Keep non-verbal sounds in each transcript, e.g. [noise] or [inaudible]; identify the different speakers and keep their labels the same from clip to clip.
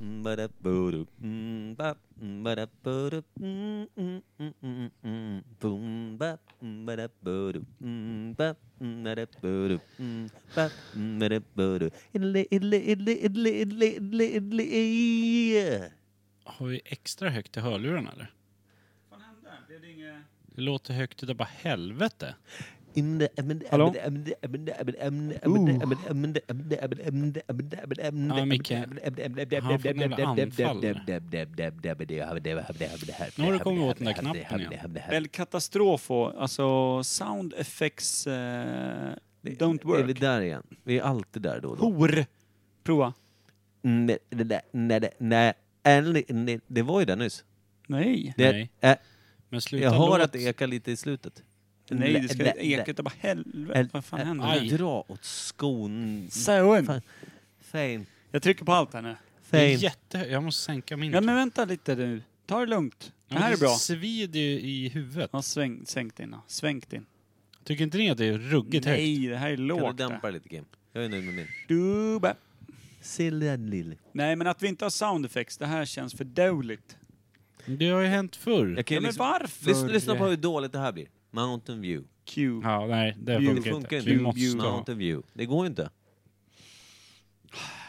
Speaker 1: Mm, ba-da-ba-do. Mm, ba, mm, ba-da-ba-do. Mm, mm, mm, mm, mm. Boom, ba, mm, ba-da-ba-do. Mm, ba, mm, ba-da-ba-do. Mm, ba, mm, ba-da-ba-do. Idle, idle, idle, idle, idle, idle, idle, yeah.
Speaker 2: Har vi extra högt i hörlurarna eller?
Speaker 3: Vad fan hände? Blev det inget...
Speaker 2: Det låter högt utav bara helvete.
Speaker 1: Inde, ämne,
Speaker 4: Hallå?
Speaker 1: ämne, ämne, ämne, ämne, ämne, ämne, ämne, ämne, ämne, ämne, ämne, ämne, ämne, ämne,
Speaker 2: Ja, Micke.
Speaker 1: ämne, ämne, ämne, ämne,
Speaker 2: Han har fått
Speaker 1: ämne,
Speaker 2: några
Speaker 1: ämne,
Speaker 2: anfall. Nu har du kommit åt den där knappen igen.
Speaker 3: Väl katastrofo, alltså sound effects eh, don't
Speaker 1: Är vi
Speaker 3: work.
Speaker 1: där igen? Vi är alltid där då och då.
Speaker 3: Hor! Prova.
Speaker 1: Nej, det där- nej, det- nej, ärlig- nej, Det var ju det nyss.
Speaker 3: Nej.
Speaker 1: Det,
Speaker 2: Nej.
Speaker 1: äh,
Speaker 2: Men sluta
Speaker 1: jag e- hör
Speaker 2: låt.
Speaker 1: att det ekar lite i slutet.
Speaker 3: Nej, det ska
Speaker 1: Nej,
Speaker 3: eka utav bara helvete. Vad fan
Speaker 1: äh,
Speaker 3: händer?
Speaker 1: Dra åt skon...
Speaker 3: Sound.
Speaker 1: Fame.
Speaker 3: Jag trycker på allt här
Speaker 1: Mm.
Speaker 3: nu.
Speaker 2: Det är
Speaker 1: Fame.
Speaker 2: jättehögt. Jag måste sänka min.
Speaker 3: Ja men vänta lite nu. Ta det lugnt. Det
Speaker 2: Ja, men
Speaker 3: här är bra.
Speaker 2: svider ju i huvudet.
Speaker 3: Ja, sväng, sänkt in. ja. Svängt in.
Speaker 2: Tycker inte ni att det är ruggigt högt?
Speaker 3: Nej, det här är
Speaker 1: Kan du
Speaker 3: lågt.
Speaker 1: dämpa det lite Kim? Jag är nöjd med min.
Speaker 3: Du, ba.
Speaker 1: Silja Lily.
Speaker 3: Nej, men att vi inte har sound effects, det här känns för dåligt.
Speaker 2: Det har ju hänt förr.
Speaker 1: Jag kan ju
Speaker 3: Ja, men
Speaker 1: liksom,
Speaker 3: varför?
Speaker 1: lyssna, lyssna på hur dåligt det här blir. Mountain View.
Speaker 3: Q.
Speaker 2: Ja, nej, det
Speaker 3: View
Speaker 2: funkar inte.
Speaker 1: Funkar
Speaker 2: Vi
Speaker 1: inte.
Speaker 2: måste
Speaker 1: View,
Speaker 2: ha.
Speaker 1: Mountain View. Det går ju inte.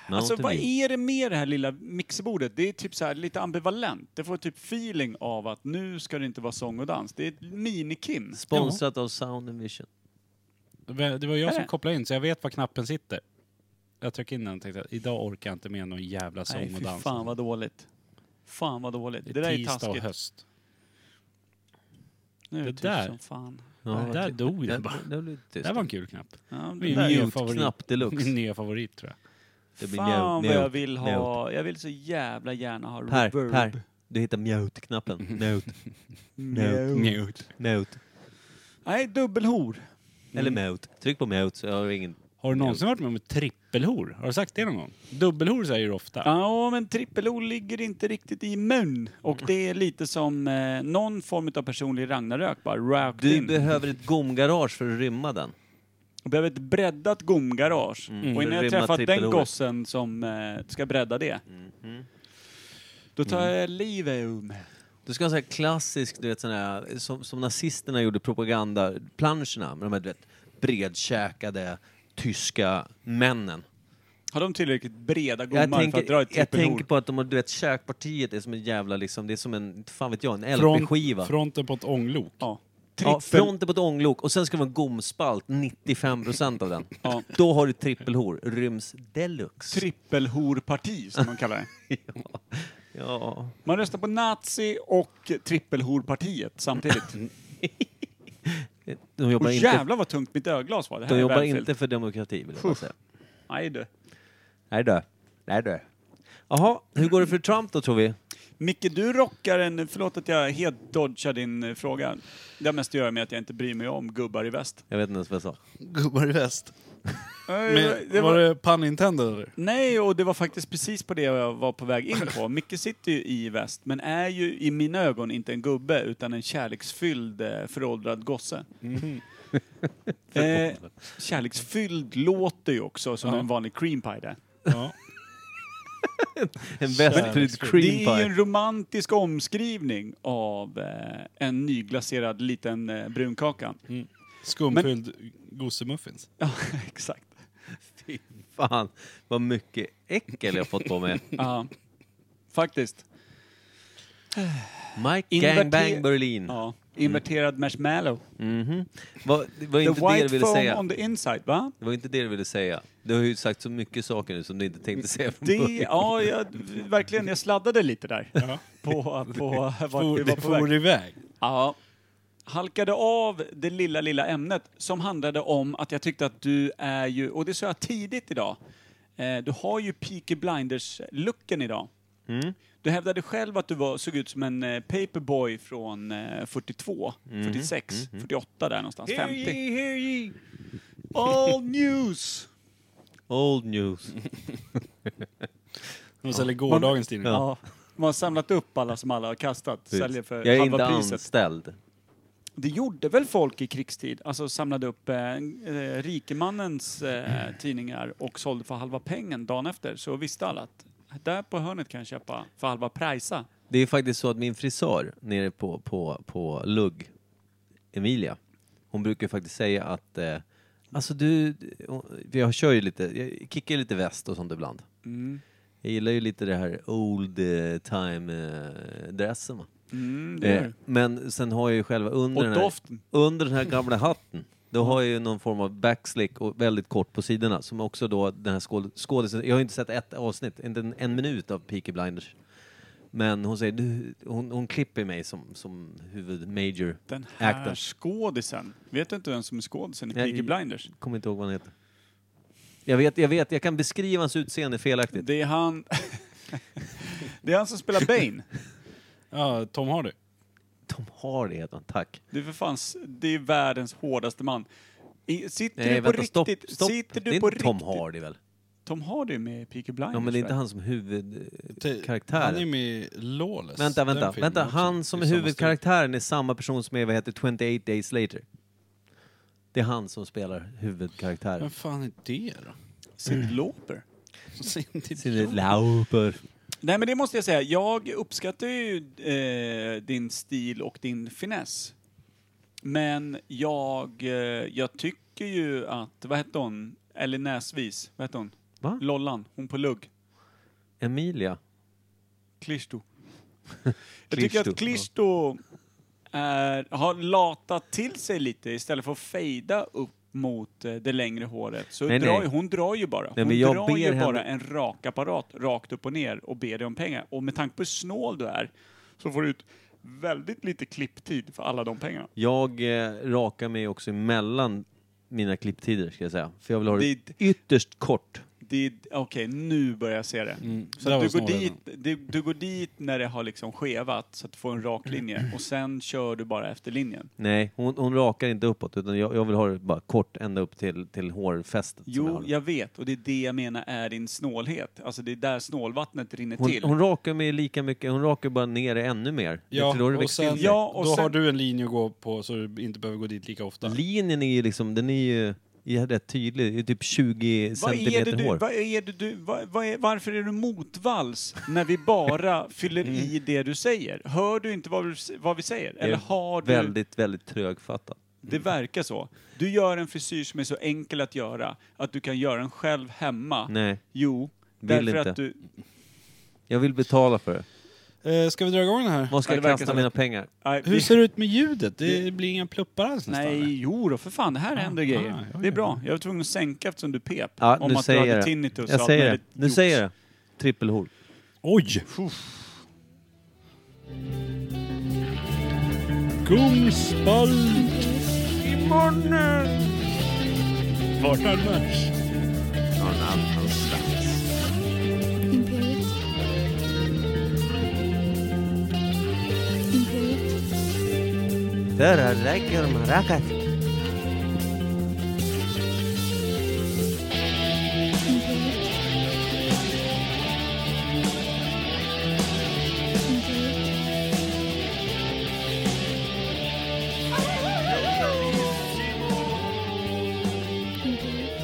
Speaker 1: Mountain
Speaker 3: Alltså vad
Speaker 1: View.
Speaker 3: är det med det här lilla mixerbordet? Det är typ så här lite ambivalent. Det får typ feeling av att nu ska det inte vara sång och dans. Det är ett mini-Kim.
Speaker 1: Sponsrat av Sound and Vision.
Speaker 2: Det var jag
Speaker 3: Är
Speaker 2: som
Speaker 3: det?
Speaker 2: kopplade in, så jag vet var knappen sitter. Jag tryckte in den och tänkte att idag orkar jag inte med någon jävla sång
Speaker 3: Nej,
Speaker 2: och
Speaker 3: fy
Speaker 2: dans.
Speaker 3: fan vad dåligt. Fan vad dåligt. Det,
Speaker 2: det
Speaker 3: där är
Speaker 2: tisdag och
Speaker 3: taskigt.
Speaker 2: höst.
Speaker 3: Nu är
Speaker 2: Det
Speaker 3: det, tyst
Speaker 2: där.
Speaker 3: som fan.
Speaker 1: Ja,
Speaker 2: där dog
Speaker 1: det,
Speaker 2: den bara.
Speaker 1: det blev tyst.
Speaker 2: Det här var en kul knapp.
Speaker 3: Ja, det
Speaker 2: Min
Speaker 3: där.
Speaker 2: nya
Speaker 1: Mute-knapp
Speaker 2: favorit. [laughs]
Speaker 1: deluxe.
Speaker 2: Min nya favorit tror jag.
Speaker 1: Det blir
Speaker 3: Fan
Speaker 1: mute,
Speaker 3: vad jag
Speaker 1: mute,
Speaker 3: vill ha. Jag vill så jävla gärna ha
Speaker 1: Per,
Speaker 3: reverb.
Speaker 1: Per. Du hittar mute-knappen.
Speaker 2: Mm.
Speaker 1: Mute,
Speaker 3: Mjau.
Speaker 2: Mute.
Speaker 1: mute.
Speaker 3: Nej, dubbelhor.
Speaker 1: Eller
Speaker 2: Mm.
Speaker 1: mute. Tryck på mute så jag har ingen...
Speaker 2: Har du någonsin varit med om ett trippelhor? Har du sagt det någon gång? Dubbelhor säger du ofta.
Speaker 3: Ja, men trippel-O ligger inte riktigt i mun. Och det är lite som eh, någon form av personlig Ragnarök bara rakt
Speaker 1: Du
Speaker 3: in.
Speaker 1: behöver ett gomgarage för att rymma den.
Speaker 3: Jag behöver ett breddat gomgarage.
Speaker 1: Mm.
Speaker 3: Och innan jag
Speaker 1: Rymma
Speaker 3: träffat den
Speaker 1: trippel-O.
Speaker 3: gossen som eh, ska bredda det,
Speaker 1: Mm.
Speaker 3: då tar jag livet ur mig.
Speaker 1: Du ska ha en sån här klassisk, du vet sån här, som, som nazisterna gjorde propagandaplanscherna med de här du vet, bredkäkade tyska männen.
Speaker 3: Har de tillräckligt breda
Speaker 1: Jag
Speaker 3: gommar för att dra
Speaker 1: tänker,
Speaker 3: ett
Speaker 1: jag tänker
Speaker 3: trippelhor?
Speaker 1: på att de har, du vet, käkpartiet är som en jävla liksom, det är som en, inte fan vet jag, en
Speaker 2: Front-
Speaker 1: LP-skiva.
Speaker 2: Fronten på ett ånglok.
Speaker 3: Ja.
Speaker 1: Ja,
Speaker 3: Trippel...
Speaker 1: fronten på ett ånglok och sen ska det vara en gomspalt, 95% av den.
Speaker 3: Ja.
Speaker 1: Då har du trippelhor, ryms deluxe.
Speaker 3: Trippelhorparti, som de kallar det.
Speaker 1: ja.
Speaker 3: Man röstar på nazi och trippelhorpartiet samtidigt.
Speaker 1: De jobbar,
Speaker 3: Och
Speaker 1: Mm. inte,
Speaker 3: jävlar vad tungt mitt öglas var. Det här
Speaker 1: de
Speaker 3: är
Speaker 1: jobbar
Speaker 3: välfyllt.
Speaker 1: inte för demokrati vill jag bara säga.
Speaker 3: Nej du.
Speaker 1: Nej du. Nej du. Jaha, hur går det för Trump då tror vi?
Speaker 3: Micke, du rockar en... Förlåt att jag helt dodgar din eh, fråga. Det har mest att göra med att jag inte bryr mig om gubbar i väst.
Speaker 1: Jag vet inte ens vad jag sa.
Speaker 2: Gubbar i väst.
Speaker 3: Eh, det
Speaker 2: var
Speaker 3: var-
Speaker 2: det pun intended eller?
Speaker 3: Nej, och det var faktiskt precis på det jag var på väg in
Speaker 1: [laughs]
Speaker 3: på. Micke sitter ju i väst, men är ju i mina ögon inte en gubbe, utan en kärleksfylld eh, föråldrad gosse.
Speaker 1: Mhm.
Speaker 3: [laughs] eh, kärleksfylld låter ju också som
Speaker 2: Ja.
Speaker 3: en vanlig cream pie där.
Speaker 2: Ja.
Speaker 1: En
Speaker 2: Västfrid
Speaker 1: västfrid
Speaker 3: Det är ju
Speaker 1: cream
Speaker 3: en romantisk omskrivning av eh, en nyglaserad liten
Speaker 1: [laughs]
Speaker 3: eh, brunkaka.
Speaker 2: Skumfylld gosemuffins.
Speaker 3: Ja, exakt.
Speaker 1: pie. Fan, vad mycket äckel jag fått på mig.
Speaker 3: Ja, faktiskt.
Speaker 1: Mike
Speaker 3: Inverte-
Speaker 1: Gangbang Berlin.
Speaker 3: Ja. Inverterad marshmallow.
Speaker 1: Mhm. Vad- Mm. Det var
Speaker 3: The
Speaker 1: inte det du
Speaker 3: white
Speaker 1: ville
Speaker 3: foam
Speaker 1: säga.
Speaker 3: on the inside, va?
Speaker 1: Det var inte det du ville säga. Du har ju sagt så mycket saker nu som du inte tänkte säga från [laughs]
Speaker 3: Det,
Speaker 1: början.
Speaker 3: ja, jag, verkligen. Jag sladdade lite där.
Speaker 2: Ja.
Speaker 3: På, på
Speaker 1: [laughs]
Speaker 3: vart vi
Speaker 2: For, det
Speaker 3: var på väg.
Speaker 2: for iväg.
Speaker 3: Ja. Halkade av det lilla, lilla ämnet som handlade om att jag tyckte att du är ju, och det sa jag tidigt idag, eh, du har ju Peaky Blinders-looken idag.
Speaker 1: Mm.
Speaker 3: Du hävdade själv att du var, såg ut som en eh, paperboy från eh, 42,
Speaker 1: Mm.
Speaker 3: 46, 48 där någonstans, 50.
Speaker 1: hear ye.
Speaker 3: All news!
Speaker 1: Old news.
Speaker 2: De säljer gårdagens tidning.
Speaker 1: Ja.
Speaker 3: Ja. Man har samlat upp alla som alla har kastat, säljer för
Speaker 1: jag är inte
Speaker 3: halva priset.
Speaker 1: anställd.
Speaker 3: Det gjorde väl folk i krigstid, alltså samlade upp eh, eh, rikemannens eh, tidningar och sålde för halva pengen dagen efter, så visste alla att Där på hörnet kan jag köpa för halva prajsa.
Speaker 1: Det är faktiskt så att min frisör nere på, på, på Lugg, Emilia, hon brukar ju faktiskt säga att eh, Alltså du, jag kör ju lite, jag kickar ju lite väst och sånt ibland.
Speaker 3: Mm.
Speaker 1: Jag gillar ju lite det här old eh, time eh, dressen va.
Speaker 3: Mm, det
Speaker 1: Eh,
Speaker 3: är.
Speaker 1: men sen har jag ju själva under
Speaker 3: Och
Speaker 1: den, här,
Speaker 3: doften.
Speaker 1: under den här gamla hatten, då har jag ju någon form av backslick och väldigt kort på sidorna som också då den här skåd- skådisen, jag har inte sett ett avsnitt, inte en, en minut av Peaky Blinders. Men hon säger, du, hon, hon klipper mig som, som huvudmajor.
Speaker 3: Den här
Speaker 1: Actor.
Speaker 3: skådisen. Vet du inte vem som är skådisen i
Speaker 1: Nej,
Speaker 3: Peaky
Speaker 1: i-
Speaker 3: Blinders?
Speaker 1: Kommer inte ihåg vad han heter. Jag vet, jag vet, jag kan beskriva hans utseende felaktigt.
Speaker 3: Det är han... [laughs] det är han som spelar Bane.
Speaker 2: Ja, Tom Hardy.
Speaker 1: Tom Hardy heter han, tack.
Speaker 3: Det är för fan... s- Det är världens hårdaste man. I, sitter
Speaker 1: Nej
Speaker 3: du på
Speaker 1: Eh, vänta, stopp,
Speaker 3: riktigt...
Speaker 1: stopp.
Speaker 3: Sitter
Speaker 1: det
Speaker 3: du
Speaker 1: är
Speaker 3: på
Speaker 1: inte Tom
Speaker 3: riktigt-
Speaker 1: Hardy väl?
Speaker 3: Tom Hardy är med i Peaky Blinders.
Speaker 1: Ja men det är inte
Speaker 3: va?
Speaker 1: han som
Speaker 2: Han är
Speaker 1: huvudkaraktären.
Speaker 2: med i Lawless.
Speaker 1: Vänta,
Speaker 2: den
Speaker 1: vänta,
Speaker 2: filmen
Speaker 1: vänta.
Speaker 2: också.
Speaker 1: Han som
Speaker 2: Det
Speaker 1: är
Speaker 2: samma
Speaker 1: huvudkaraktären är samma person som är, vad heter 28 Days Later. Det är han som spelar
Speaker 2: stil. Vem
Speaker 1: huvudkaraktären.
Speaker 2: fan är det då? [laughs]
Speaker 3: Sid Lauper.
Speaker 2: Cindy
Speaker 1: Sidney
Speaker 2: Lauper.
Speaker 1: Lauper.
Speaker 3: Nej men det måste jag säga, jag uppskattar ju eh, din stil och din finess. Men jag, eh, jag tycker ju att, vad hette hon? Eller Näsvis, vad hette hon?
Speaker 1: Va?
Speaker 3: Lollan, hon på lugg.
Speaker 1: Emilia. [laughs]
Speaker 3: Klishto. jag tycker
Speaker 1: Klishto,
Speaker 3: att Klishto är, har latat till sig lite istället för att fejda upp mot eh, det längre håret. Så
Speaker 1: Nej,
Speaker 3: drar,
Speaker 1: nej.
Speaker 3: Hon drar ju bara.
Speaker 1: Nej,
Speaker 3: hon
Speaker 1: men jag
Speaker 3: drar
Speaker 1: ber
Speaker 3: ju
Speaker 1: henne-
Speaker 3: bara en rak apparat rakt upp och ner och ber dig om pengar. Och med tanke på hur snål du är så får du ut väldigt lite klipptid för alla de pengarna.
Speaker 1: Jag eh, rakar mig också mellan mina klipptider ska jag säga. För jag vill ha det
Speaker 3: Det-
Speaker 1: ytterst kort.
Speaker 3: Det är- Okej, nu börjar jag se det.
Speaker 2: Mm,
Speaker 3: Så
Speaker 2: där
Speaker 3: att
Speaker 2: var
Speaker 3: du, går
Speaker 2: snålen.
Speaker 3: dit, du, du går dit när det har liksom skevat så att du får en rak linje och sen kör du bara efter linjen.
Speaker 1: Nej, hon, hon rakar inte uppåt utan jag, jag vill ha det bara kort ända upp till, till hårfästet. som jag har
Speaker 3: Jo,
Speaker 1: det.
Speaker 3: jag vet. Och det är det jag menar är din snålhet. Alltså det är där snålvattnet rinner
Speaker 1: Hon,
Speaker 3: till.
Speaker 1: hon rakar mig lika mycket, hon rakar bara ner det ännu mer.
Speaker 2: Ja,
Speaker 1: För då har det
Speaker 2: och
Speaker 1: växt
Speaker 2: sen,
Speaker 1: till sig.
Speaker 3: Ja, och
Speaker 2: då
Speaker 3: sen-
Speaker 2: har du en linje att gå på så du inte behöver gå dit lika ofta.
Speaker 1: Linjen är ju liksom, den är ju den är rätt tydlig, det är typ 20
Speaker 3: Vad är det
Speaker 1: centimeter
Speaker 3: du,
Speaker 1: hår.
Speaker 3: vad är det du, vad, vad är, varför är du motvalls när vi
Speaker 1: [laughs]
Speaker 3: bara fyller i
Speaker 1: Mm.
Speaker 3: det du säger? Hör du inte vad, vi- vad vi säger? Eller har du...
Speaker 1: Väldigt, väldigt trögfattat.
Speaker 3: Det verkar så. Du gör en frisyr som är så enkel att göra att du kan göra den själv hemma.
Speaker 1: Nej,
Speaker 3: Jo,
Speaker 1: Vill
Speaker 3: därför
Speaker 1: inte.
Speaker 3: att du...
Speaker 1: jag vill betala för det.
Speaker 2: Eh, ska vi dra igång den här?
Speaker 1: Var ska
Speaker 3: Ja,
Speaker 1: jag
Speaker 3: det verkar
Speaker 1: kasta
Speaker 3: som
Speaker 1: mina pengar?
Speaker 3: Nej,
Speaker 2: Hur
Speaker 3: vi-
Speaker 2: ser det ut med ljudet? Det blir inga pluppar alls nästan. eller?
Speaker 3: Nej, jo då, för fan, det här händer
Speaker 2: ah,
Speaker 3: grejer.
Speaker 2: ja,
Speaker 3: Det är
Speaker 2: ja.
Speaker 3: bra. Jag var tvungen att sänka eftersom du pep.
Speaker 1: Ja,
Speaker 3: om
Speaker 1: nu
Speaker 3: att
Speaker 1: säger
Speaker 3: du hade
Speaker 1: jag det.
Speaker 3: tinnitus
Speaker 1: Jag
Speaker 3: och allt
Speaker 1: säger det,
Speaker 3: möjligt
Speaker 1: nu
Speaker 3: jox.
Speaker 1: säger jag det. Trippelhår.
Speaker 2: Oj! Kungsspalt! Imorgon! Vaknar match.
Speaker 4: Imperiet. Imperiet.
Speaker 1: Där har lägger man rakat.
Speaker 4: Imperiet. Imperiet. Imperiet.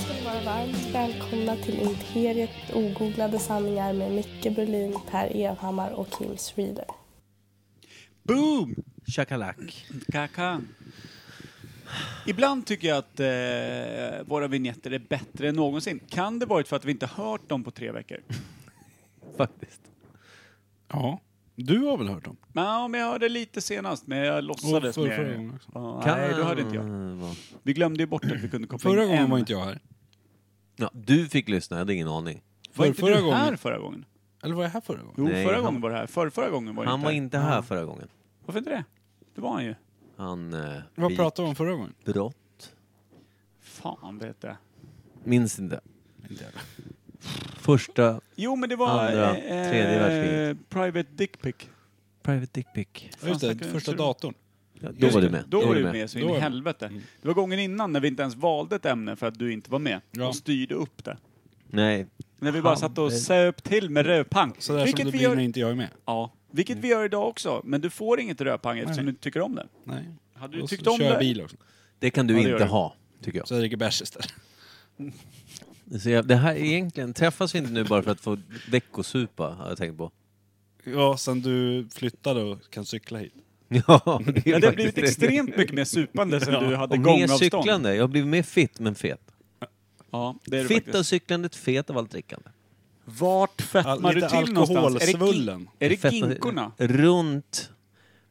Speaker 5: ska ni vara varmt välkomna till Imperiet ogooglade sanningar med Micke Berlin, Per Evhammar och Kim Schreeder.
Speaker 3: Boom!
Speaker 1: Shakalak.
Speaker 3: Kaka. Ibland tycker jag att eh, våra vignetter är bättre än någonsin. Kan det varit för att vi inte hört dem på tre veckor?
Speaker 1: Faktiskt.
Speaker 2: Ja, du har väl hört dem?
Speaker 3: Nej, men jag hörde lite senast, men jag låtsades
Speaker 2: Och för-
Speaker 3: med
Speaker 2: förra gången också.
Speaker 3: Ja, Nej, då hörde inte jag.
Speaker 1: vara.
Speaker 3: Vi glömde ju bort att vi kunde koppla
Speaker 2: Förra
Speaker 3: in
Speaker 2: gången
Speaker 3: en.
Speaker 2: var inte jag här.
Speaker 1: Ja, du fick lyssna, jag hade ingen aning.
Speaker 3: Var
Speaker 2: För-
Speaker 3: inte
Speaker 2: förra
Speaker 3: du
Speaker 2: gången.
Speaker 3: här förra gången?
Speaker 2: Eller var jag här förra gången?
Speaker 3: Jo,
Speaker 1: Nej,
Speaker 3: förra
Speaker 1: han-
Speaker 3: gången var det här. Förra, förra gången var
Speaker 1: Han var
Speaker 3: här.
Speaker 1: inte här förra gången.
Speaker 3: Varför inte det? Det var han ju.
Speaker 1: Han eh,
Speaker 2: Vad pratade vi om förra gången?
Speaker 1: begick brott.
Speaker 3: Fan vet jag.
Speaker 1: Minns inte. Första
Speaker 3: Jo, men det var... eh,
Speaker 1: Andra, tredje världskriget.
Speaker 3: Private Dick Pic.
Speaker 1: Private Dick Pic.
Speaker 2: Ja, Just
Speaker 3: snackar
Speaker 2: det,
Speaker 3: vi
Speaker 2: första
Speaker 3: om?
Speaker 2: datorn.
Speaker 1: Ja, då
Speaker 2: Just
Speaker 1: var
Speaker 2: det,
Speaker 1: du med.
Speaker 3: Då var
Speaker 1: var
Speaker 3: du
Speaker 1: du
Speaker 3: med så in
Speaker 2: Då
Speaker 3: i
Speaker 2: var jag med. Mm.
Speaker 3: helvete. Det var gången innan när vi inte ens valde ett ämne för att du inte var med.
Speaker 2: Ja.
Speaker 3: Och styrde upp det.
Speaker 1: Nej,
Speaker 3: När vi bara satt och söp till med rödpang.
Speaker 2: Sådär som
Speaker 3: Vilket
Speaker 2: det
Speaker 3: vi,
Speaker 2: blir när
Speaker 3: gör,
Speaker 2: inte jag är med.
Speaker 3: ja, vilket vi gör idag också. Men du får inget rödpang eftersom du inte tycker om det.
Speaker 2: Nej.
Speaker 3: Hade du
Speaker 2: Och
Speaker 3: tyckt
Speaker 2: så
Speaker 3: om
Speaker 2: kör jag
Speaker 3: det...
Speaker 2: bil också.
Speaker 1: det kan du
Speaker 3: Ja, det gör
Speaker 1: inte
Speaker 3: du.
Speaker 1: ha, tycker jag.
Speaker 2: Så jag dricker bärs istället.
Speaker 1: Så jag, det här är egentligen, träffas vi inte nu bara för att få veckosupa, har jag tänkt på. [laughs]
Speaker 2: Ja, sen du flyttade och kan cykla hit.
Speaker 1: Ja, det,
Speaker 3: Ja,
Speaker 1: är
Speaker 3: det har
Speaker 1: faktiskt
Speaker 3: blivit extremt mycket mer
Speaker 2: [laughs]
Speaker 3: supande sen du hade
Speaker 1: Och mer
Speaker 3: gångavstånd.
Speaker 1: cyklande. Jag har blivit mer fit, men fet.
Speaker 3: Ja, det är det
Speaker 1: Fitt
Speaker 3: faktiskt.
Speaker 1: av cyklandet, fet av allt drickande.
Speaker 3: Vart fettar
Speaker 2: All-
Speaker 3: du
Speaker 2: lite
Speaker 3: till någonstans? Är det,
Speaker 2: alkoholsvullen.
Speaker 3: gi- är det
Speaker 1: Fett- [laughs]
Speaker 3: ginkorna?
Speaker 1: Runt...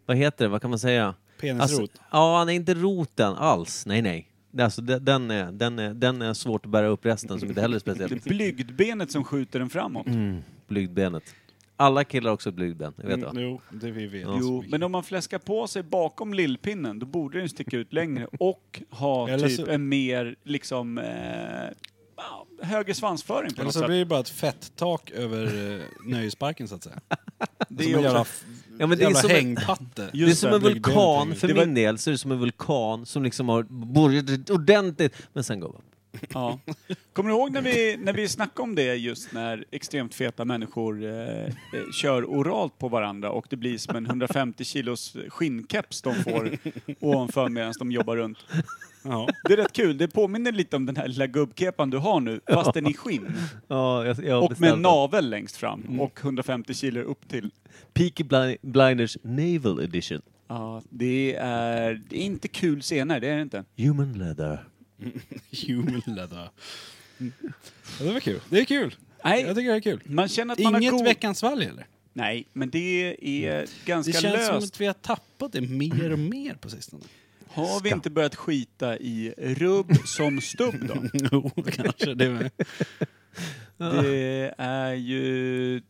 Speaker 1: Vad heter det? Vad kan man säga?
Speaker 2: Penisrot.
Speaker 1: Alltså, ja, nej, inte roten alls. Nej, nej. Det är Alltså, de- den, är, den, är, den är svårt att bära upp resten, som inte heller är
Speaker 3: Det [laughs]
Speaker 1: speciellt
Speaker 3: är blygdbenet som skjuter den framåt.
Speaker 1: blygdbenet. Alla killar har också blygdben, det vet jag.
Speaker 2: Mm, jo, det vi vet.
Speaker 3: Jo, men om man fläskar på sig bakom lillpinnen, då borde den sticka ut längre och
Speaker 2: [laughs]
Speaker 3: ha
Speaker 2: Eller
Speaker 3: typ
Speaker 2: så-
Speaker 3: en mer, liksom, eh, ja, högre svansföring på
Speaker 2: Eller
Speaker 3: något
Speaker 2: så
Speaker 3: sätt.
Speaker 2: blir det bara ett fett tak över eh, nöjesparken så att säga.
Speaker 3: Det
Speaker 2: som
Speaker 3: är
Speaker 2: en jävla,
Speaker 3: också-
Speaker 1: Ja, men det är
Speaker 2: jävla
Speaker 1: som en-
Speaker 2: hängpatte.
Speaker 1: Det
Speaker 2: [laughs]
Speaker 1: är som en
Speaker 2: det,
Speaker 1: vulkan, för
Speaker 3: Det var-
Speaker 1: min del så är det som en vulkan som liksom har börjat ordentligt, men sen går det upp.
Speaker 3: [laughs] Ja. Kommer du ihåg när vi, när vi snackade om det just när extremt feta människor eh, eh, kör oralt på varandra och det blir som en 150 kilos skinnkeps de får ovanför medan de jobbar runt.
Speaker 2: Ja.
Speaker 3: Det är rätt kul, det påminner lite om den här lilla gubbkepan du har nu, fast den i skinn.
Speaker 1: Ja, jag, jag har
Speaker 3: Och med
Speaker 1: beställt
Speaker 3: en
Speaker 1: den.
Speaker 3: navel längst
Speaker 2: Mm.
Speaker 3: fram och 150 kilo upp till.
Speaker 1: Peaky Bli- Blinders Naval Edition.
Speaker 3: Ja, det är, det är inte kul scener, det är det inte.
Speaker 1: Human leather.
Speaker 2: Human leather. Ja, det var kul. Det är kul. Jag
Speaker 3: Nej,
Speaker 2: tycker det är kul.
Speaker 3: man känner att man har
Speaker 2: Inget
Speaker 3: god...
Speaker 2: veckans valg eller?
Speaker 3: Nej, men det är ganska
Speaker 2: Det känns som
Speaker 3: löst.
Speaker 2: att vi har tappat det mer och mer på sistone.
Speaker 3: Har vi inte börjat skita i rubb som stubb
Speaker 2: [laughs]
Speaker 3: då?
Speaker 2: jo, kanske det med.
Speaker 3: Det är ju...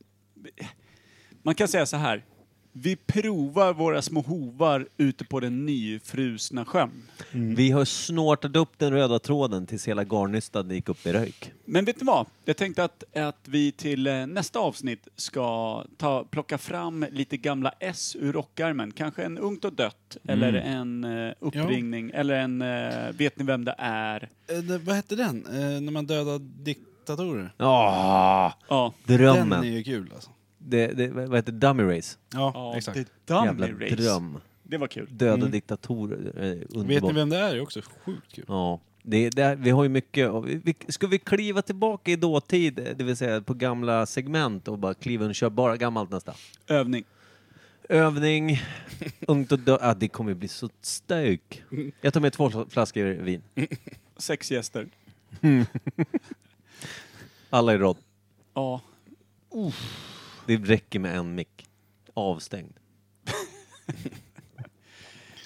Speaker 3: Man kan säga så här. Vi provar våra små hovar ute på den nyfrusna sjön.
Speaker 1: Vi har snortat upp den röda tråden tills hela garnnystan gick upp i rök.
Speaker 3: Men vet ni vad? Jag tänkte att, att vi till eh, nästa avsnitt ska ta, plocka fram lite gamla S ur rockärmen. Kanske en Ungt och dött, eller en eh, uppringning, eller en eh, Vet ni vem det är?
Speaker 2: Eh, det- Vad hette den? Eh, när man dödar diktatorer?
Speaker 1: Ah,
Speaker 3: Ja.
Speaker 2: Den är
Speaker 1: drömmen.
Speaker 2: ju kul alltså.
Speaker 1: Det, det, vad heter det? Dummy Race.
Speaker 2: Ja,
Speaker 3: ja
Speaker 2: exakt.
Speaker 3: The Dummy
Speaker 1: Jävla
Speaker 3: Race. Mm.
Speaker 1: dröm.
Speaker 3: Det var kul.
Speaker 1: Döda diktatorer. Eh, underbart.
Speaker 2: Vet ni vem det är? Det är också sjukt kul.
Speaker 1: Ja. Det, det, vi har ju mycket. av- Vi, vi- ska vi kliva tillbaka i dåtid, det vill säga på gamla segment och bara kliva in och köra bara gammalt nästa?
Speaker 3: Övning. [laughs]
Speaker 1: Övning, ungt och dö- ah, Det kommer ju bli så stök. Jag tar med två flaskor vin.
Speaker 3: Sex gäster.
Speaker 1: Alla i rad.
Speaker 3: Ja.
Speaker 1: Det räcker med en mick. Avstängd.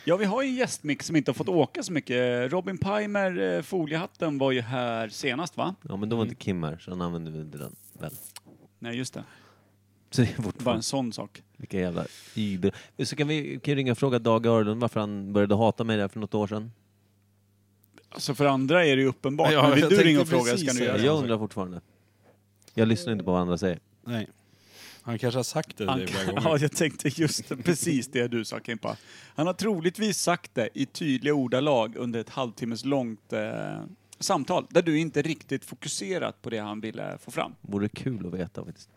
Speaker 3: Ja, vi har ju en gästmix som inte har fått åka så mycket. Robin Pimer, eh, Foliehatten, var ju här senast va?
Speaker 1: Ja, men då var inte
Speaker 3: Mm.
Speaker 1: Kim här, så han använde vi inte den väl.
Speaker 3: Nej, just det.
Speaker 1: Så det är
Speaker 3: Bara en
Speaker 1: fortfarande
Speaker 3: sån sak.
Speaker 1: vilka jävla yber. Så kan vi kan ju ringa och fråga Dag Örlund varför han började hata mig där för något år sedan.
Speaker 3: Alltså för andra är det ju uppenbart.
Speaker 2: Ja,
Speaker 3: Men vill
Speaker 2: jag
Speaker 3: du
Speaker 2: tänkte
Speaker 3: ringa och fråga ska
Speaker 2: precis
Speaker 3: du
Speaker 2: säga
Speaker 3: göra
Speaker 2: det.
Speaker 3: det.
Speaker 1: Jag undrar fortfarande. Jag lyssnar inte på vad andra säger.
Speaker 2: Nej. Han kanske har sagt det
Speaker 3: Han,
Speaker 2: till dig flera gånger.
Speaker 3: [laughs] ja, jag tänkte just det, precis det du sa Kimpa. Han har troligtvis sagt det i tydliga ordalag under ett halvtimmes långt eh, samtal där du inte riktigt fokuserat på det han ville få fram.
Speaker 1: Vore kul att veta faktiskt.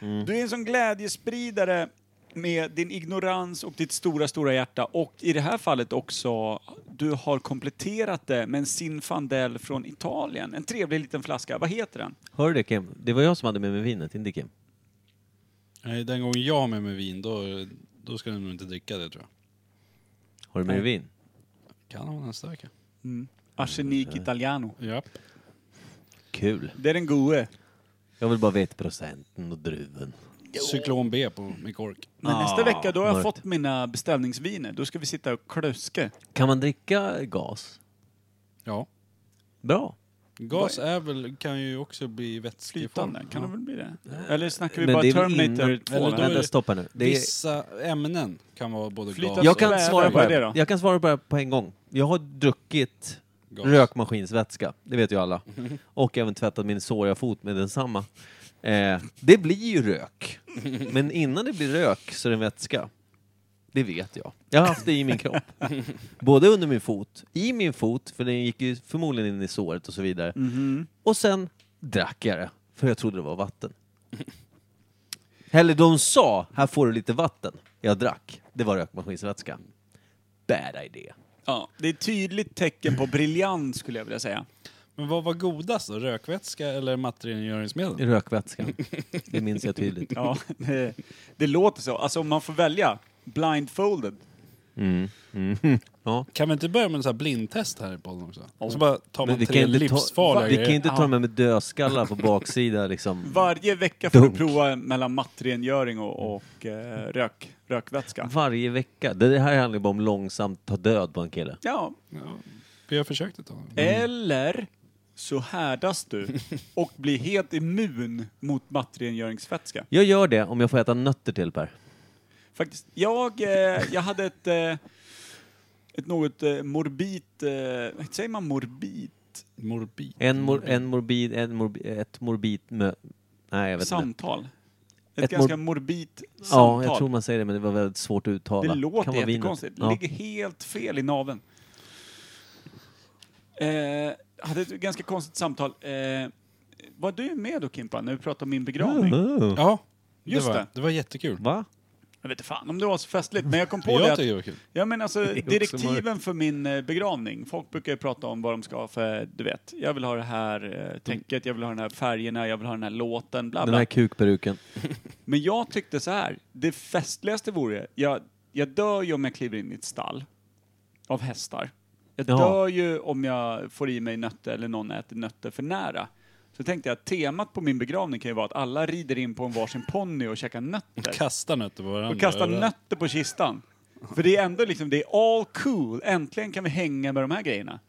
Speaker 3: Du är en sån glädjespridare med din ignorans och ditt stora, stora hjärta. Och i det här fallet också, du har kompletterat det med en Sinfandel från Italien. En trevlig liten flaska. Vad heter den?
Speaker 1: Hör du det Kim? Det var jag som hade med mig vinet, inte Kim.
Speaker 2: Nej, den gången jag har med mig vin, då, då ska du nog inte dricka det tror jag.
Speaker 1: Har du med dig vin?
Speaker 2: Kan ha nästa vecka.
Speaker 3: Arsenik Italiano.
Speaker 2: Japp.
Speaker 1: Kul.
Speaker 3: Det är den gode.
Speaker 1: Jag vill bara veta procenten och druven.
Speaker 2: Cyklon B på min kork.
Speaker 3: Men nästa vecka, då har jag
Speaker 1: mörkt.
Speaker 3: fått mina beställningsviner. Då ska vi sitta och kluska.
Speaker 1: Kan man dricka gas?
Speaker 2: Ja.
Speaker 1: Bra.
Speaker 2: Gas är väl, kan ju också bli vätskeform.
Speaker 3: Flytande, kan det väl bli det? Eller snackar vi
Speaker 1: Men
Speaker 3: bara
Speaker 1: det är väl
Speaker 3: Terminator
Speaker 1: innan-
Speaker 3: 2?
Speaker 2: Eller då är
Speaker 3: här?
Speaker 1: Vänta,
Speaker 2: det-
Speaker 1: stoppa nu. Det är,
Speaker 2: Vissa ämnen kan vara både
Speaker 3: Flytande
Speaker 2: gas
Speaker 1: jag,
Speaker 2: och
Speaker 1: kan
Speaker 3: svävar
Speaker 1: svara på
Speaker 3: på
Speaker 1: det
Speaker 3: det då?
Speaker 1: jag kan svara på det här på en gång. Jag har druckit
Speaker 2: gas.
Speaker 1: rökmaskinsvätska, det vet ju alla. Och även tvättat min såriga fot med densamma. Eh, det blir ju rök. Men innan det blir rök så är det en vätska. Det vet jag. Jag har haft det i min kropp. Både under min fot, i min fot, för den gick ju förmodligen in i såret och så vidare.
Speaker 3: Mhm.
Speaker 1: Och sen drack jag det, för jag trodde det var
Speaker 2: [laughs]
Speaker 1: vatten. Eller de sa, här får du lite vatten. Jag drack. Det var rökmaskinsvätska. Bad idé.
Speaker 3: Ja, det är ett tydligt tecken på briljans skulle jag vilja säga.
Speaker 2: Men vad var godast då? Rökvätska eller mattrengöringsmedel?
Speaker 1: Rökvätskan. Det minns jag
Speaker 2: [laughs]
Speaker 1: tydligt.
Speaker 3: Ja, [laughs] det, det låter så. Alltså om man får välja, blindfolded.
Speaker 1: Mm. Mm. Ja.
Speaker 2: Kan vi inte börja med en sån här blindtest här i podden också? Så bara tar
Speaker 1: Men
Speaker 2: man
Speaker 1: vi
Speaker 2: tre
Speaker 1: kan, inte ta,
Speaker 2: livsfarliga
Speaker 1: vi kan
Speaker 2: grejer.
Speaker 1: inte ta med, med dödskallar på baksidan
Speaker 2: [laughs]
Speaker 1: liksom.
Speaker 3: Varje vecka får du
Speaker 1: Dunk.
Speaker 3: prova mellan mattrengöring och, och eh, rök, rökvätska.
Speaker 1: Varje vecka. Det här handlar ju bara om långsamt ta död på en kille.
Speaker 3: Ja,
Speaker 2: Ja, vi har försökt ett tag.
Speaker 1: Eh.
Speaker 3: eller så härdas du och blir helt immun mot mattrengöringsvätska.
Speaker 1: Jag gör det om jag får äta nötter till Per.
Speaker 3: Faktiskt, jag, eh, jag hade ett, eh, ett något eh, morbid, eh, säger man morbid?
Speaker 2: Morbid.
Speaker 1: En, mor,
Speaker 2: Mm.
Speaker 1: en morbid, en morbi, ett morbid mö... Nej, jag vet inte.
Speaker 3: Samtal. Ett,
Speaker 1: Ett
Speaker 3: ganska morbid
Speaker 1: Ja,
Speaker 3: samtal.
Speaker 1: jag tror man säger det men det var väldigt svårt att uttala.
Speaker 3: det
Speaker 1: Kan
Speaker 3: låter
Speaker 1: vara vinet.
Speaker 3: jättekonstigt. Det
Speaker 1: Ja.
Speaker 3: ligger helt fel i naveln. Eh, hade ett ganska konstigt samtal. Eh, var du med då Kimpa, när vi pratade om min begravning?
Speaker 1: Mm.
Speaker 2: Ja,
Speaker 3: Just
Speaker 2: det, var,
Speaker 3: det.
Speaker 2: det. var jättekul.
Speaker 1: Va?
Speaker 3: Jag vet inte fan om det var så festligt, men jag kom på
Speaker 2: Jag
Speaker 3: det
Speaker 2: tycker
Speaker 3: att...
Speaker 2: det var kul.
Speaker 3: Ja
Speaker 1: [laughs]
Speaker 3: men alltså
Speaker 1: också
Speaker 3: direktiven för min eh, begravning. Folk brukar ju prata om vad de ska ha för, du vet, jag vill ha det här eh, täcket, jag vill ha den här färgerna, jag vill ha den här låten, bla
Speaker 1: Mm. Den
Speaker 3: bla.
Speaker 1: här kukperuken.
Speaker 3: Men jag tyckte så här, det festligaste vore, jag, jag dör ju om jag kliver in i ett stall av hästar. Jag
Speaker 1: Ja.
Speaker 3: dör ju om jag får i mig nötter eller någon äter nötter för nära. Så tänkte jag att temat på min begravning kan ju vara att alla rider in på en varsin ponny och käkar nötter.
Speaker 2: Kasta nötter på varandra.
Speaker 3: Och kastar
Speaker 2: Överallt.
Speaker 3: nötter på kistan. För det är ändå liksom, det är all cool. Äntligen kan vi hänga med de här grejerna.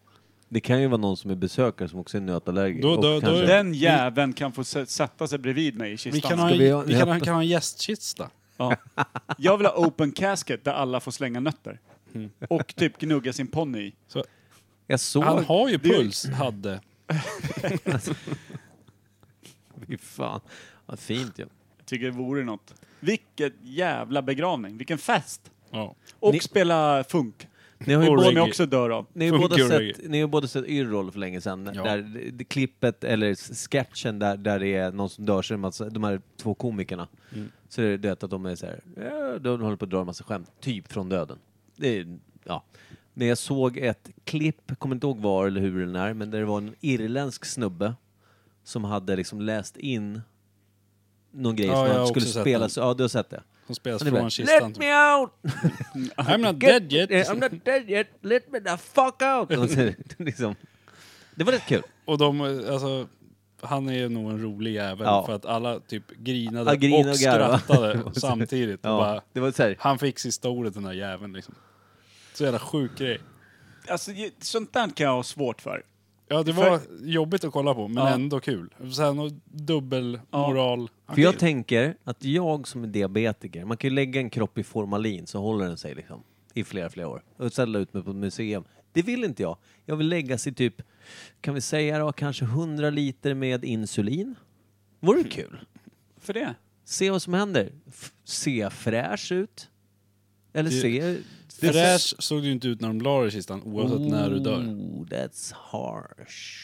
Speaker 1: Det kan ju vara någon som är besökare som också är nötallergiker.
Speaker 2: Då-
Speaker 1: och
Speaker 2: då- då-
Speaker 1: kanske-
Speaker 3: Den jäveln kan få s- sätta sig bredvid mig i kistan.
Speaker 2: Vi kan ha,
Speaker 1: Ska vi ha-
Speaker 2: vi kan, ha- kan ha en gästkista.
Speaker 3: Ja. Jag vill ha open casket där alla får slänga nötter.
Speaker 1: Mm.
Speaker 3: Och typ gnugga sin ponny i.
Speaker 2: Så,
Speaker 1: Jag såg...
Speaker 2: han har ju
Speaker 3: det-
Speaker 2: puls, hade.
Speaker 1: Fy fan. Vad fint ju.
Speaker 3: Jag tycker det vore något. Vilket jävla begravning, vilken fest!
Speaker 2: Ja.
Speaker 3: Och
Speaker 1: Ni-
Speaker 3: spela funk,
Speaker 1: Ni har ju
Speaker 2: Och
Speaker 1: båda,
Speaker 3: som
Speaker 2: reggae.
Speaker 3: jag också dör av.
Speaker 1: ni har ju båda,
Speaker 2: Funkar
Speaker 1: sett,
Speaker 2: reggae.
Speaker 1: ni har ju båda sett Yrrol för länge sedan.
Speaker 2: Ja.
Speaker 1: Där det- det, sklippet, eller s- sketchen där, där det är någon som dör, så är det en massa, de här två komikerna.
Speaker 2: Mm.
Speaker 1: Så är det det att de är så här, "Ja, de håller på att dra en massa skämt, typ från döden. Det är, ja. Men jag såg ett klipp, kommer inte ihåg var eller hur eller när, men där det var en irländsk snubbe som hade liksom läst in någon grej
Speaker 2: Ja, jag
Speaker 1: som
Speaker 2: har
Speaker 1: han skulle
Speaker 2: också sett
Speaker 1: spela.
Speaker 2: den.
Speaker 1: Så, ja, du har sett det.
Speaker 2: Som spelas
Speaker 1: Han är bara,
Speaker 2: från kistan.
Speaker 1: Let me out!
Speaker 2: I'm not
Speaker 1: Get-
Speaker 2: dead yet.
Speaker 1: eh, I'm not dead yet. Let me the fuck out! Och så, [laughs] liksom. Det var rätt kul.
Speaker 2: Och de, eh, alltså, han är ju nog en rolig jävel
Speaker 1: Ja.
Speaker 2: för att alla typ grinade
Speaker 1: Ja, grin
Speaker 2: och
Speaker 1: och garva. [laughs]
Speaker 2: skrattade samtidigt. Och
Speaker 1: Ja,
Speaker 2: bara,
Speaker 1: det var så här.
Speaker 2: han fick sista ordet den där jäveln liksom. Så jävla sjuk grej.
Speaker 3: Alltså, ju- sånt där kan jag ha svårt för.
Speaker 2: Ja, det var jobbigt att kolla på, men
Speaker 3: Ja.
Speaker 2: ändå kul. Sen och dubbel
Speaker 3: Ja.
Speaker 2: moral.
Speaker 1: För jag tänker att jag som är diabetiker, man kan ju lägga en kropp i formalin så håller den sig liksom i flera, flera år. Och ställa ut mig på ett museum. Det vill inte jag. Jag vill lägga sig typ, kan vi säga då, kanske 100 liter med insulin. Vore det kul?
Speaker 3: För det?
Speaker 1: Se vad som händer. F- se fräsch ut. Eller
Speaker 2: Det-
Speaker 1: se...
Speaker 2: Fräsch såg du inte ut när de la dig i kistan, oavsett när du dör.
Speaker 1: Ooh, Oh, that's harsh.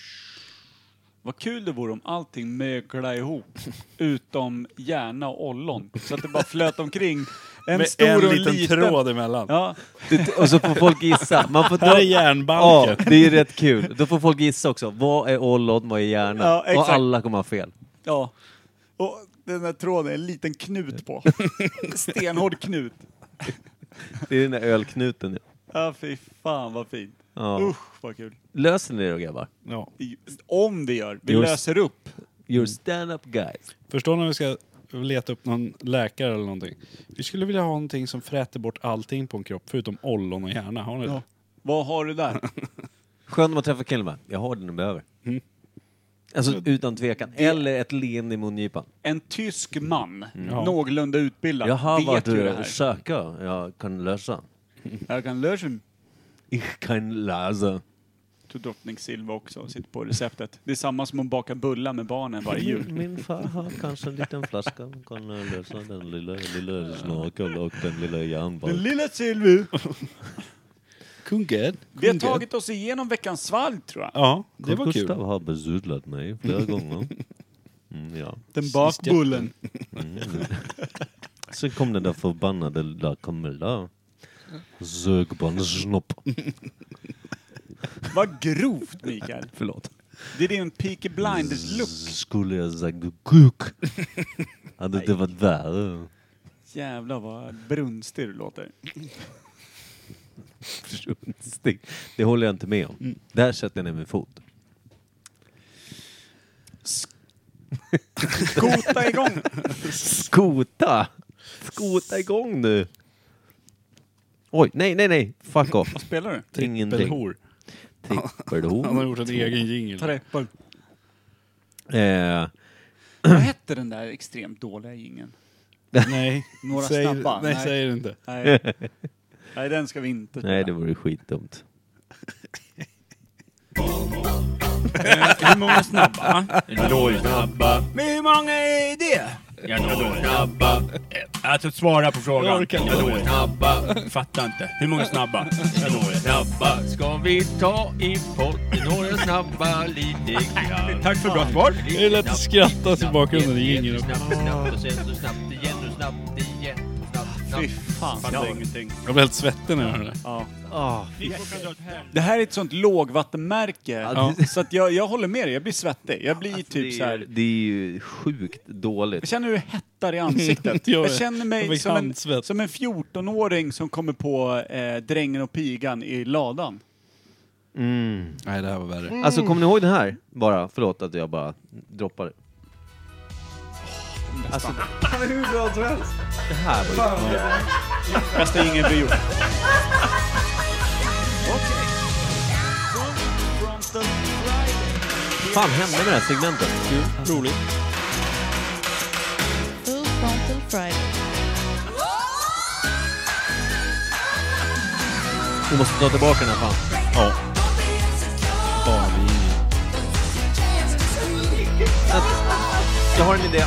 Speaker 3: Vad kul det vore om allting möglade ihop, utom hjärna och ollon. Så att det bara flöt omkring. En
Speaker 2: Med
Speaker 3: stor
Speaker 2: en
Speaker 3: och
Speaker 2: liten, tråd emellan.
Speaker 3: Ja,
Speaker 1: Det- Och så får folk gissa. Man får
Speaker 2: Här är
Speaker 1: ja,
Speaker 2: järnbalken.
Speaker 1: det är ju rätt kul. Då får folk gissa också. Vad är ollon, vad är hjärna?
Speaker 3: Ja, exakt.
Speaker 1: och alla kommer ha fel.
Speaker 3: ja. Och den där tråden är en liten
Speaker 2: [laughs]
Speaker 3: knut på. Stenhård knut.
Speaker 1: Det är den där ölknuten.
Speaker 3: Ja, fy fan vad fint.
Speaker 1: Ja.
Speaker 3: Usch, vad kul.
Speaker 1: Löser ni det då grabbar?
Speaker 2: Ja.
Speaker 3: I- Om det gör. Vi
Speaker 1: Just-
Speaker 3: löser upp.
Speaker 1: You're stand-up guys.
Speaker 2: Förstår ni om vi ska leta upp någon läkare eller någonting? Vi skulle vilja ha någonting som fräter bort allting på en kropp, förutom ollon och hjärna. Har ni det?
Speaker 3: Vad har du där?
Speaker 1: Skönt om man träffar killen med. Jag har det när jag behöver.
Speaker 3: Mm.
Speaker 1: Alltså utan tvekan. Eller ett leende i mungipan.
Speaker 3: En tysk man,
Speaker 2: Ja.
Speaker 3: någorlunda utbildad,
Speaker 1: Jag har
Speaker 3: vet
Speaker 1: varit
Speaker 3: ju det
Speaker 1: och
Speaker 3: här.
Speaker 1: söka. Jag kan lösa.
Speaker 3: Jag kan lösa
Speaker 1: Ich kan läsa.
Speaker 3: tog drottning Silva också och sitter på receptet. Det är samma som att baka bullar med barnen varje jul.
Speaker 1: Min far har kanske en liten flaska. Hon kan eh, lösa den lilla, lilla snaken och den lilla järnbalken.
Speaker 3: Den lilla Silvi!
Speaker 2: Kungen.
Speaker 3: Vi har tagit oss igenom veckans svalg tror jag.
Speaker 2: Ja, det var
Speaker 1: Gustav
Speaker 2: kul.
Speaker 1: har besudlat mig flera
Speaker 2: [laughs]
Speaker 1: gånger. Mm, ja.
Speaker 3: Den bakbullen.
Speaker 1: Sen kom den där förbannade lilla Camilla. Sög på en snopp.
Speaker 3: Vad grovt, Mikael.
Speaker 1: [laughs] Förlåt.
Speaker 3: Det är din Peaky Blinders-look.
Speaker 1: Skulle jag sagt
Speaker 2: [laughs]
Speaker 1: kuk? Hade det varit där.
Speaker 3: Jävlar vad brunstig
Speaker 1: [laughs]
Speaker 3: du låter.
Speaker 1: Brunstig. Det håller jag inte med om.
Speaker 2: Mm.
Speaker 1: Där sätter jag ner min fot.
Speaker 3: Skota igång!
Speaker 1: Skota! Skota igång nu! Oj, nej, nej, nej! Fuck off!
Speaker 3: Vad spelar du?
Speaker 1: Ingenting.
Speaker 2: Trippelhor. [laughs] Han har
Speaker 1: Trippelhorn.
Speaker 2: gjort en egen jingel.
Speaker 3: Träppar.
Speaker 1: Eh,
Speaker 3: Vad hette den där extremt dåliga jingeln?
Speaker 2: Nej,
Speaker 3: Några
Speaker 2: säg,
Speaker 3: snabba?
Speaker 2: Nej,
Speaker 3: Nej.
Speaker 2: säg det inte.
Speaker 3: Nej. Nej, den ska vi inte
Speaker 1: nej, det vore skitdumt.
Speaker 6: Hur många snabba? Noll snabba.
Speaker 3: Men hur många är det?
Speaker 6: Ja, noll snabba. Alltså svara på frågan.
Speaker 2: Jag orkar inte.
Speaker 6: Ja, noll snabba. Fattar inte. Hur många snabba? Ja, noll snabba. Ska vi ta i potten några snabba lite grann?
Speaker 3: Tack för bra svar.
Speaker 2: Det är lätt att skratta till bakgrunden i jingeln.
Speaker 6: Snabbt, snabbt och sen så snabbt igen och snabbt igen. Snabbt,
Speaker 3: Fy
Speaker 6: snabbt.
Speaker 3: fan.
Speaker 6: Fattar ingenting.
Speaker 2: Jag blir helt svettig när jag hör det.
Speaker 3: Ja. Det här är ett sånt lågvattenmärke.
Speaker 1: Ja, Alltså,
Speaker 3: Så att jag, jag håller med dig, jag blir svettig. Jag blir typ så
Speaker 1: det, är,
Speaker 3: här.
Speaker 1: det är ju sjukt dåligt.
Speaker 3: Jag känner hur det hettar i
Speaker 2: [laughs]
Speaker 3: ansiktet.
Speaker 2: Jag
Speaker 3: Jag
Speaker 2: med.
Speaker 3: känner
Speaker 2: Jag
Speaker 3: mig
Speaker 2: fick
Speaker 3: som en,
Speaker 2: handsvett.
Speaker 3: som en 14-åring som kommer på eh, Drängen och pigan i ladan.
Speaker 2: Nej, det här var
Speaker 3: Mm.
Speaker 2: värre.
Speaker 1: Alltså kommer ni ihåg den här? Bara, förlåt att jag bara droppar det. Alltså, det här var ju...
Speaker 3: Bästa ingen vi gjort.
Speaker 1: fan hände med det här segmentet?
Speaker 2: Roligt.
Speaker 7: Full Frontal Friday.
Speaker 1: Vi måste ta tillbaka den här fan. Jag har en idé.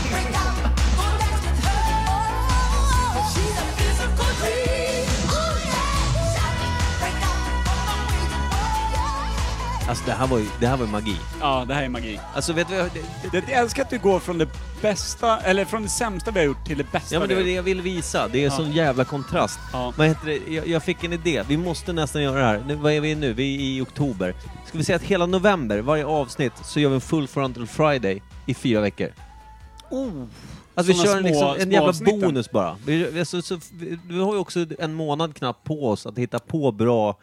Speaker 1: Alltså det här var ju, det här var ju magi.
Speaker 3: Ja, det här är magi.
Speaker 1: Alltså vet du vad jag- det, det,
Speaker 3: Det, jag älskar att du går från det bästa, eller från det sämsta vi har gjort till det bästa
Speaker 1: Ja men det var
Speaker 3: vi har
Speaker 1: det
Speaker 3: gjort.
Speaker 1: jag ville visa. Det är sån jävla kontrast.
Speaker 3: Ja.
Speaker 1: Vad heter det? Jag, jag fick en idé. Vi måste nästan göra det här. Nu, vad är vi nu? Vi är i oktober. Ska vi säga att hela november, varje avsnitt, så gör vi en full frontal friday i fyra veckor.
Speaker 3: Oh.
Speaker 1: Alltså vi
Speaker 3: Såna
Speaker 1: kör en,
Speaker 3: små-
Speaker 1: liksom, en
Speaker 3: små
Speaker 1: jävla
Speaker 3: avsnitten.
Speaker 1: bonus bara. Vi, vi, så, så, vi, vi har ju också en månad knappt på oss att hitta på bra...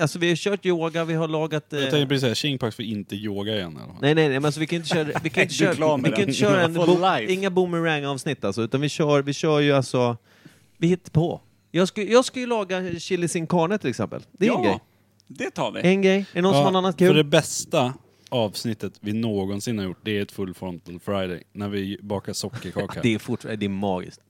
Speaker 1: Alltså vi har kört yoga, vi har lagat... eh,
Speaker 2: Jag tänkte precis säga, Shingpax får inte yoga igen. Eller? vad?
Speaker 1: Nej, nej, nej, men alltså vi kan ju inte köra,
Speaker 3: [laughs]
Speaker 1: vi kan ju inte
Speaker 3: Du är klar
Speaker 1: köra,
Speaker 3: med
Speaker 1: vi kan ju
Speaker 3: den.
Speaker 1: inte
Speaker 3: [laughs]
Speaker 1: köra en
Speaker 3: For
Speaker 1: bo,
Speaker 3: life.
Speaker 1: inga boomerang-avsnitt alltså, utan vi kör, vi kör ju alltså, vi hittar på. Jag ska, jag ska ju laga chili sin carne till exempel. Det är en grej.
Speaker 3: det tar vi.
Speaker 1: En grej. Är det någon som har något annat kul?
Speaker 2: För det bästa avsnittet vi någonsin har gjort, det är ett Full Frontal Friday. När vi bakar sockerkaka.
Speaker 1: Det är fortfarande, det är magiskt.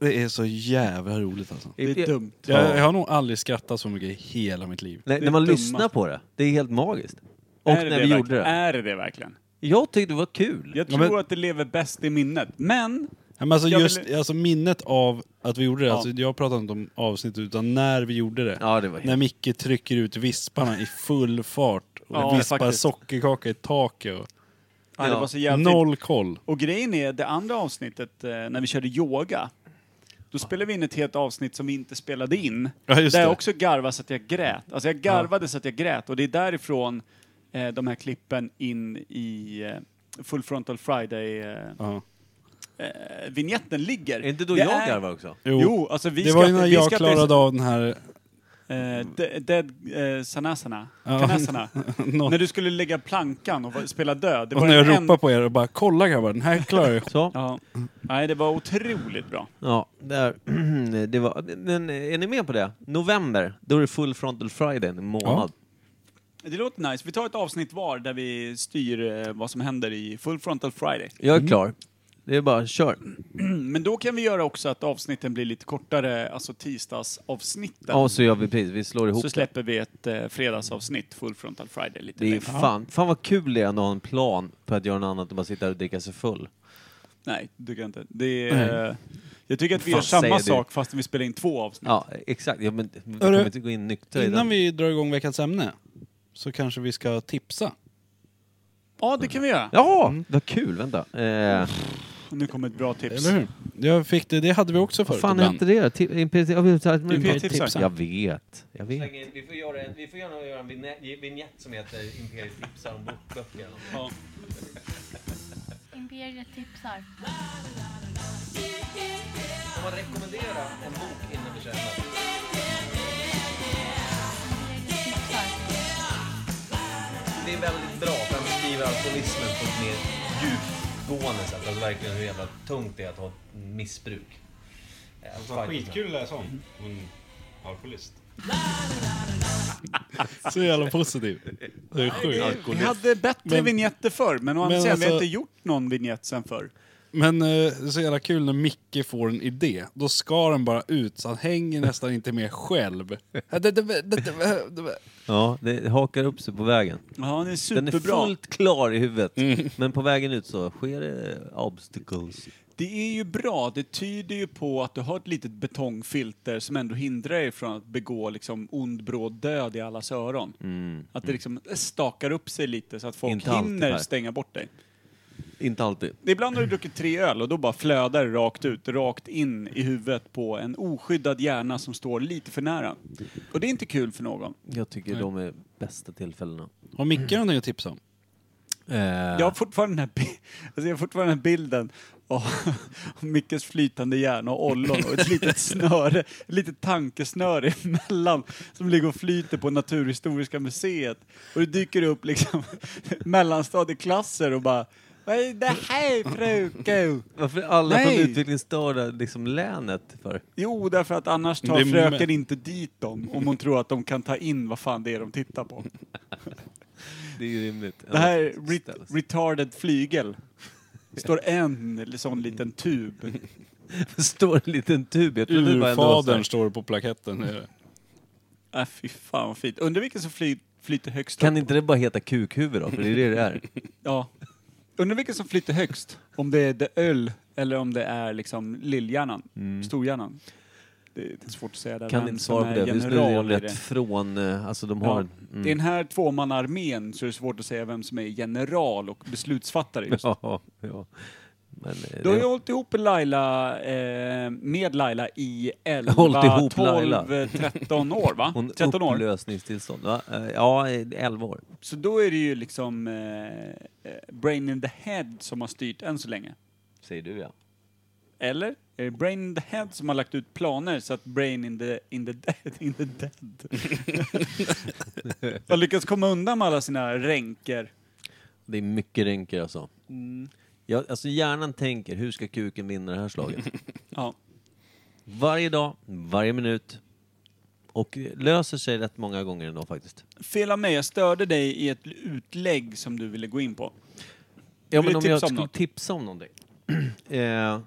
Speaker 2: Det är så jävla roligt alltså.
Speaker 3: Det är dumt.
Speaker 2: Jag, jag har nog aldrig skrattat så mycket i hela mitt liv.
Speaker 1: Nej,
Speaker 3: Det
Speaker 1: när man
Speaker 3: är dumma.
Speaker 1: lyssnar på det, det är helt magiskt. Och
Speaker 3: det
Speaker 1: när vi gjorde
Speaker 3: verkligen?
Speaker 1: det.
Speaker 3: Är det det verkligen?
Speaker 1: Jag tyckte det var kul.
Speaker 3: Jag
Speaker 2: Ja,
Speaker 3: tror
Speaker 2: men-
Speaker 3: att det lever bäst i minnet. Men,
Speaker 2: Ja, Men alltså
Speaker 3: Jag
Speaker 2: just
Speaker 3: vill-
Speaker 2: alltså minnet av att vi gjorde det,
Speaker 3: Ja.
Speaker 2: alltså, jag pratar inte om avsnittet utan när vi gjorde det.
Speaker 1: Ja, det var
Speaker 2: när
Speaker 1: helt...
Speaker 2: Micke trycker ut visparna i full fart och
Speaker 3: Ja,
Speaker 2: vispar
Speaker 3: faktiskt.
Speaker 2: sockerkaka i taket. Och
Speaker 3: ja. det
Speaker 1: Ja.
Speaker 3: var så jävligt...
Speaker 2: noll koll.
Speaker 3: Och grejen är, det andra avsnittet, eh, när vi körde yoga, då spelade vi in ett helt avsnitt som vi inte spelade in.
Speaker 2: Ja, just
Speaker 3: där jag
Speaker 2: det.
Speaker 3: också garvade så att jag grät. Alltså jag garvade så att jag grät. Och det är därifrån eh, de här klippen in i eh, Full Frontal Friday-vinjetten
Speaker 2: Ja.
Speaker 3: eh, vignetten ligger.
Speaker 1: Är inte då
Speaker 3: Det
Speaker 1: jag
Speaker 3: är-
Speaker 1: garvar också?
Speaker 2: Jo,
Speaker 3: Jo, alltså vi
Speaker 2: det var ju
Speaker 3: skrattar-
Speaker 2: när
Speaker 3: vi
Speaker 2: jag
Speaker 3: skrattar-
Speaker 2: klarade av den här... [laughs]
Speaker 3: Eh, de- Dead eh, Sanasana.
Speaker 2: Ja. [laughs]
Speaker 3: Kanasana.
Speaker 2: Nå-
Speaker 3: När du skulle lägga plankan och va- spela död. Det
Speaker 2: och
Speaker 3: var
Speaker 2: när jag
Speaker 3: den
Speaker 2: ropar
Speaker 3: enda-
Speaker 2: på er och bara kolla grabbar, den här klarar jag.
Speaker 1: Så?
Speaker 3: Ja. Nej, det var otroligt bra.
Speaker 1: Ja, där. [clears throat] det var... Men är ni med på det? November, då är det full frontal friday, en månad.
Speaker 3: Det låter nice. Vi tar ett avsnitt var där vi styr eh, vad som händer i Full Frontal Friday.
Speaker 1: Jag är klar. Det är bara kör. Mm.
Speaker 3: [clears throat] Men då kan vi göra också att avsnitten blir lite kortare, alltså tisdagsavsnitten.
Speaker 1: Ja, så gör vi precis. Vi slår ihop
Speaker 3: så
Speaker 1: det.
Speaker 3: släpper vi ett eh, fredagsavsnitt, Full Frontal Friday, lite
Speaker 1: Det är
Speaker 3: längre.
Speaker 1: fan, fan vad kul det är att ha en plan på att göra något annat än bara sitta och dricka sig full.
Speaker 3: Nej, det tycker jag inte. Det är, eh, jag tycker att vi
Speaker 1: Fan,
Speaker 3: gör samma
Speaker 1: säger du.
Speaker 3: sak fast vi spelar in två avsnitt.
Speaker 1: Ja, exakt. Ja, men vi
Speaker 2: Hörru,
Speaker 1: kommer inte gå in nyktra i
Speaker 2: Innan
Speaker 1: den.
Speaker 2: vi drar igång veckans ämne så kanske vi ska tipsa.
Speaker 3: Ja, det kan vi göra.
Speaker 2: Mm.
Speaker 1: Ja, vad kul! Vänta. Eh,
Speaker 3: Nu kommer ett bra tips.
Speaker 2: Eller hur? Jag fick det, det hade vi också
Speaker 1: Vad
Speaker 2: förut
Speaker 1: fan
Speaker 2: ibland.
Speaker 1: hette det då? Ti- Imperiet- ja, vi- så-
Speaker 3: Imperietipsar.
Speaker 1: Jag vet. Jag vet.
Speaker 8: Vi får, göra en, vi får gärna göra en vinä- vignett som heter Imperiet tipsar om bokböcker. eller något.
Speaker 4: Imperiet tipsar.
Speaker 8: Får man rekommendera en bok innan vi kör den? Det är väldigt bra för han beskriver alkoholismen på ett mer djupgående sätt. Alltså verkligen hur jävla tungt det är att ha ett missbruk. Eh, fight-
Speaker 2: Alltså,
Speaker 8: Mm.
Speaker 2: att läsa om. Alkoholist. Så jävla positiv. Det är sjukt.
Speaker 3: Vi hade bättre
Speaker 2: Men-
Speaker 3: vignetter förr, men å andra
Speaker 2: Men
Speaker 3: sidan, vi har
Speaker 2: alltså-
Speaker 3: inte gjort någon vignett sen förr.
Speaker 2: Men eh, så jävla kul när Micke får en idé. Då ska den bara ut så han hänger nästan inte
Speaker 1: [laughs]
Speaker 2: med själv.
Speaker 1: Ja, det hakar upp sig på vägen.
Speaker 3: Ja, den är
Speaker 1: Den är
Speaker 3: superbra.
Speaker 1: fullt klar i huvudet. Men på vägen ut så sker det obstacles.
Speaker 3: Det är ju bra. Det tyder ju på att du har ett litet betongfilter som ändå hindrar dig från att begå liksom ond, bråd död i allas öron. Att det liksom stakar upp sig lite så att folk
Speaker 1: Mm, Inte alltid,
Speaker 3: hinner
Speaker 1: Per.
Speaker 3: stänga bort dig.
Speaker 1: Inte alltid.
Speaker 3: Ibland har du druckit tre öl och då bara flödar det rakt ut, rakt in i huvudet på en oskyddad hjärna som står lite för nära. Och det är inte kul för någon.
Speaker 1: Jag tycker de är bästa tillfällena.
Speaker 2: Har Micke någonting att tipsa om?
Speaker 3: Jag har fortfarande den här, bi- [laughs] alltså jag har fortfarande den här bilden [laughs] av av Mickes flytande hjärna och ollon och ett litet snöre, ett litet tankesnöre [laughs] emellan som ligger och flyter på Naturhistoriska museet. Och det dyker upp liksom [laughs] mellanstadieklasser och bara Vad är det här fruko?
Speaker 1: Varför är alla
Speaker 3: Nej.
Speaker 1: från utvecklingsstörda liksom länet för?
Speaker 3: Jo, därför att annars
Speaker 2: Det
Speaker 3: tar
Speaker 2: är med-
Speaker 3: fröken inte dit dem om hon tror att de kan ta in vad fan det är de tittar på.
Speaker 1: Det är ju rimligt.
Speaker 3: Det här är ret- retarded flygel. Står en sån liten tub
Speaker 1: [laughs] står en liten tub. Jag trodde det var en
Speaker 2: Urfadern
Speaker 1: dosa.
Speaker 2: står det på plaketten.
Speaker 1: Mm.
Speaker 2: nere.
Speaker 3: Äh, fy fan vad fint. Undrar vilken som fly, flyter högst
Speaker 1: Kan
Speaker 3: upp.
Speaker 1: inte det bara heta kukhuvud då? För det är det det
Speaker 3: [laughs]
Speaker 1: är.
Speaker 3: Ja. Undrar vilken som flyter högst. Om det är the öl eller om det är liksom lillhjärnan, storhjärnan. Det är lite svårt att säga där.
Speaker 1: Mm. Kan
Speaker 3: vem
Speaker 1: inte
Speaker 3: som
Speaker 1: svara på
Speaker 3: är
Speaker 1: det. Just nu är
Speaker 3: general
Speaker 1: de
Speaker 3: i
Speaker 1: rätt
Speaker 3: det.
Speaker 1: från... eh, Alltså de har...
Speaker 3: Ja.
Speaker 1: en-
Speaker 3: I den här tvåmannaarmén så är det svårt att säga vem som är general och beslutsfattare
Speaker 1: [laughs]
Speaker 3: just.
Speaker 1: Ja, ja. Men, eh,
Speaker 3: Du har ju
Speaker 1: det,
Speaker 3: hållit ihop Laila, eh, med Laila i 11,
Speaker 1: Hållit ihop
Speaker 3: 12,
Speaker 1: Laila.
Speaker 3: 13 år va?
Speaker 1: hon
Speaker 3: 13 år.
Speaker 1: upplösningstillstånd. Va? Eh, Ja, eh, 11 år.
Speaker 3: Så då är det ju liksom eh, eh, Brain in the Head som har styrt än så länge.
Speaker 1: Säger du ja.
Speaker 3: Eller? Är det Brain in the Head som har lagt ut planer så att Brain in the, in the, dead, in
Speaker 2: [laughs]
Speaker 3: the dead har lyckats komma undan med alla sina ränker.
Speaker 1: Det är mycket rynker alltså.
Speaker 3: Mm.
Speaker 1: Ja, alltså hjärnan tänker, hur ska kuken vinna det här
Speaker 3: [laughs]
Speaker 1: slaget?
Speaker 3: Ja.
Speaker 1: Varje dag, varje minut. Och eh, löser sig rätt många gånger ändå faktiskt.
Speaker 3: Fel av mig, jag störde dig i ett utlägg som du ville gå in på.
Speaker 1: Ja, men
Speaker 3: Vill du
Speaker 1: om
Speaker 3: tipsa
Speaker 1: jag
Speaker 3: om
Speaker 1: skulle
Speaker 3: något?
Speaker 1: tipsa om någonting. [clears throat] eh,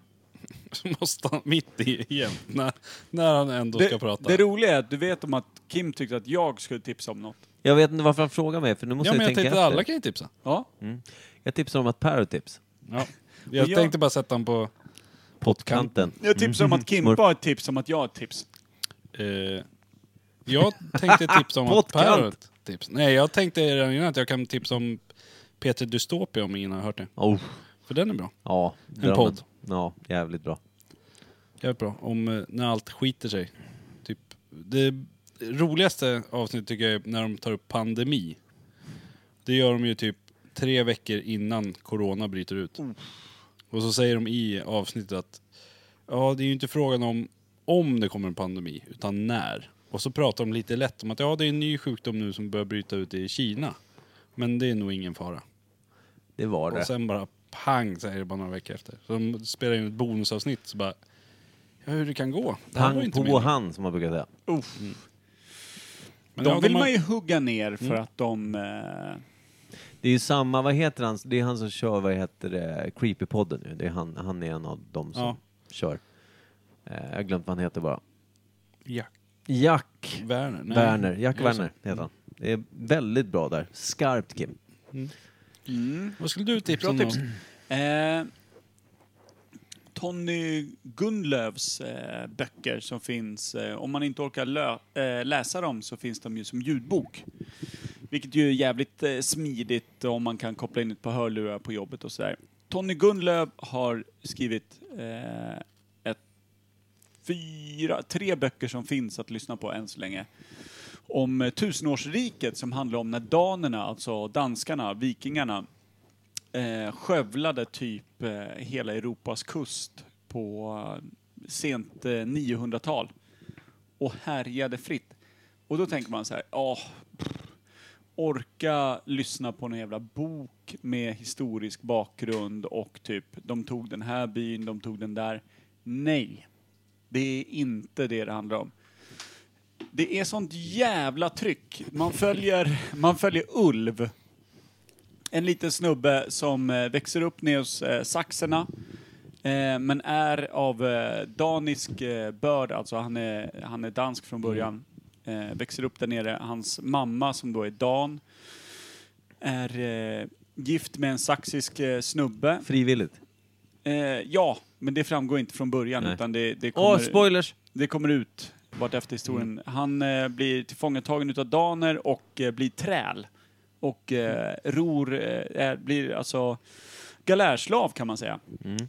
Speaker 2: [laughs] Så måste han mitt i igen. När, när han ändå ska
Speaker 3: Det,
Speaker 2: prata.
Speaker 3: det roliga är att du vet om att Kim tyckte att jag skulle tipsa om något.
Speaker 1: jag vet inte varför han frågar mig, för nu måste
Speaker 2: ja, men
Speaker 1: jag,
Speaker 2: jag
Speaker 1: tänka
Speaker 2: tänkte
Speaker 1: efter.
Speaker 2: att alla kan ju tipsa.
Speaker 3: Ja.
Speaker 1: Jag tipsar om att Per har tips.
Speaker 2: Ja. [laughs] Jag,
Speaker 3: jag-
Speaker 2: tänkte bara sätta honom på...
Speaker 1: Pottkanten.
Speaker 3: Jag tipsade om att
Speaker 2: Mm.
Speaker 3: Kimpa
Speaker 1: Smurf.
Speaker 3: har ett tips om att jag har ett tips.
Speaker 2: Eh, jag tänkte tipsa [laughs] om att Per har
Speaker 1: Pottkant.
Speaker 2: ett tips. Nej, jag tänkte redan innan att jag kan tipsa om Peter Dystopia om ingen har hört det.
Speaker 1: Oh,
Speaker 2: För den är bra.
Speaker 1: ja, drömmen.
Speaker 2: podd.
Speaker 1: Ja, jävligt bra.
Speaker 2: Jävligt bra. Om eh, när allt skiter sig. Typ. Det roligaste avsnittet tycker jag är när de tar upp pandemi. Det gör de ju typ tre veckor innan corona bryter ut. Och så säger de i avsnittet att ja, det är ju inte frågan om om det kommer en pandemi, utan när. Och så pratar de lite lätt om att ja, det är en ny sjukdom nu som börjar bryta ut i Kina. Men det är nog ingen fara.
Speaker 1: Det var det.
Speaker 2: Och sen bara pang så är det bara några veckor efter. Så de spelar in ett bonusavsnitt så bara... Ja, hur det kan gå. Det här var ju
Speaker 1: Pang
Speaker 2: inte
Speaker 1: på
Speaker 2: meningen.
Speaker 1: han, som man brukar säga.
Speaker 2: Men
Speaker 3: de
Speaker 2: ja,
Speaker 3: vill
Speaker 2: har- Mm.
Speaker 3: man ju hugga ner för att de... Eh,
Speaker 1: Det är ju samma, vad heter han, det är han som kör, vad heter det, Creepypodden nu. Det är han, han är en av dem som
Speaker 2: Ja.
Speaker 1: kör. Eh, jag har glömt vad han heter bara.
Speaker 2: Jack
Speaker 1: Jack
Speaker 2: Werner. nej.
Speaker 1: Werner, Jack
Speaker 2: Just det.
Speaker 1: Werner heter han. Det är väldigt bra där. Skarpt Kim.
Speaker 3: mm.
Speaker 2: Vad skulle du tipsa
Speaker 3: Bra
Speaker 2: om?
Speaker 3: tips.
Speaker 2: då?
Speaker 3: Eh, Tony Gunnlövs eh, böcker som finns, eh, om man inte orkar lö- eh, läsa dem så finns de ju som ljudbok. Vilket ju är jävligt eh, smidigt om man kan koppla in ett par hörlurar på jobbet och sådär. Tony Gunnlöv har skrivit eh, fyra, tre böcker som finns att lyssna på än så länge. Om eh, tusenårsriket som handlar om när danerna, alltså danskarna, vikingarna, eh, skövlade typ eh, hela Europas kust på eh, sent eh, 900-tal och härjade fritt. Och då tänker man så här, ja, pff, orka lyssna på någon jävla bok med historisk bakgrund och typ, de tog den här byn, de tog den där. Nej, det är inte det det handlar om. Det är sånt jävla tryck. Man följer, man följer Ulv. En liten snubbe som eh, växer upp nere hos eh, saxerna. Eh, men är av eh, danisk eh, börd, alltså han är, han är dansk från början. Eh, växer upp där nere. Hans mamma som då är dan är eh, gift med en saxisk eh, snubbe.
Speaker 1: Frivilligt.
Speaker 3: Eh, ja, men det framgår inte från början
Speaker 1: Nej.
Speaker 3: utan det, det
Speaker 1: Åh,
Speaker 3: kommer...
Speaker 1: spoilers!
Speaker 3: Det kommer ut vart efter historien. Han eh, blir tillfångatagen utav daner och eh, blir träl. Och eh, ror, eh, är, blir alltså galärslav kan man säga.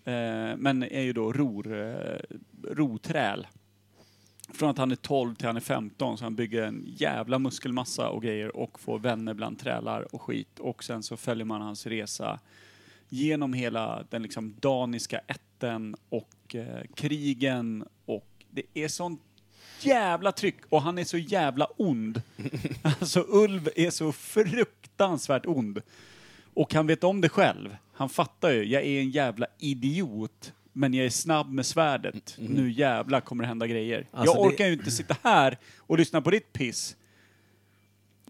Speaker 3: Eh, men är ju då ror, eh, roträl. Från att han är 12 till han är 15 så han bygger en jävla muskelmassa och grejer och får vänner bland trälar och skit. Och sen så följer man hans resa genom hela den liksom daniska ätten och eh, krigen och det är sånt jävla tryck och han är så jävla ond. [laughs] Alltså Ulv är så fruktansvärt ond. Och han vet om det själv. Han fattar ju, jag är en jävla idiot. Men jag är snabb med svärdet. Nu jävla kommer det hända grejer.
Speaker 1: Mm, Alltså,
Speaker 3: jag
Speaker 1: det-
Speaker 3: orkar ju inte sitta här och lyssna på ditt piss.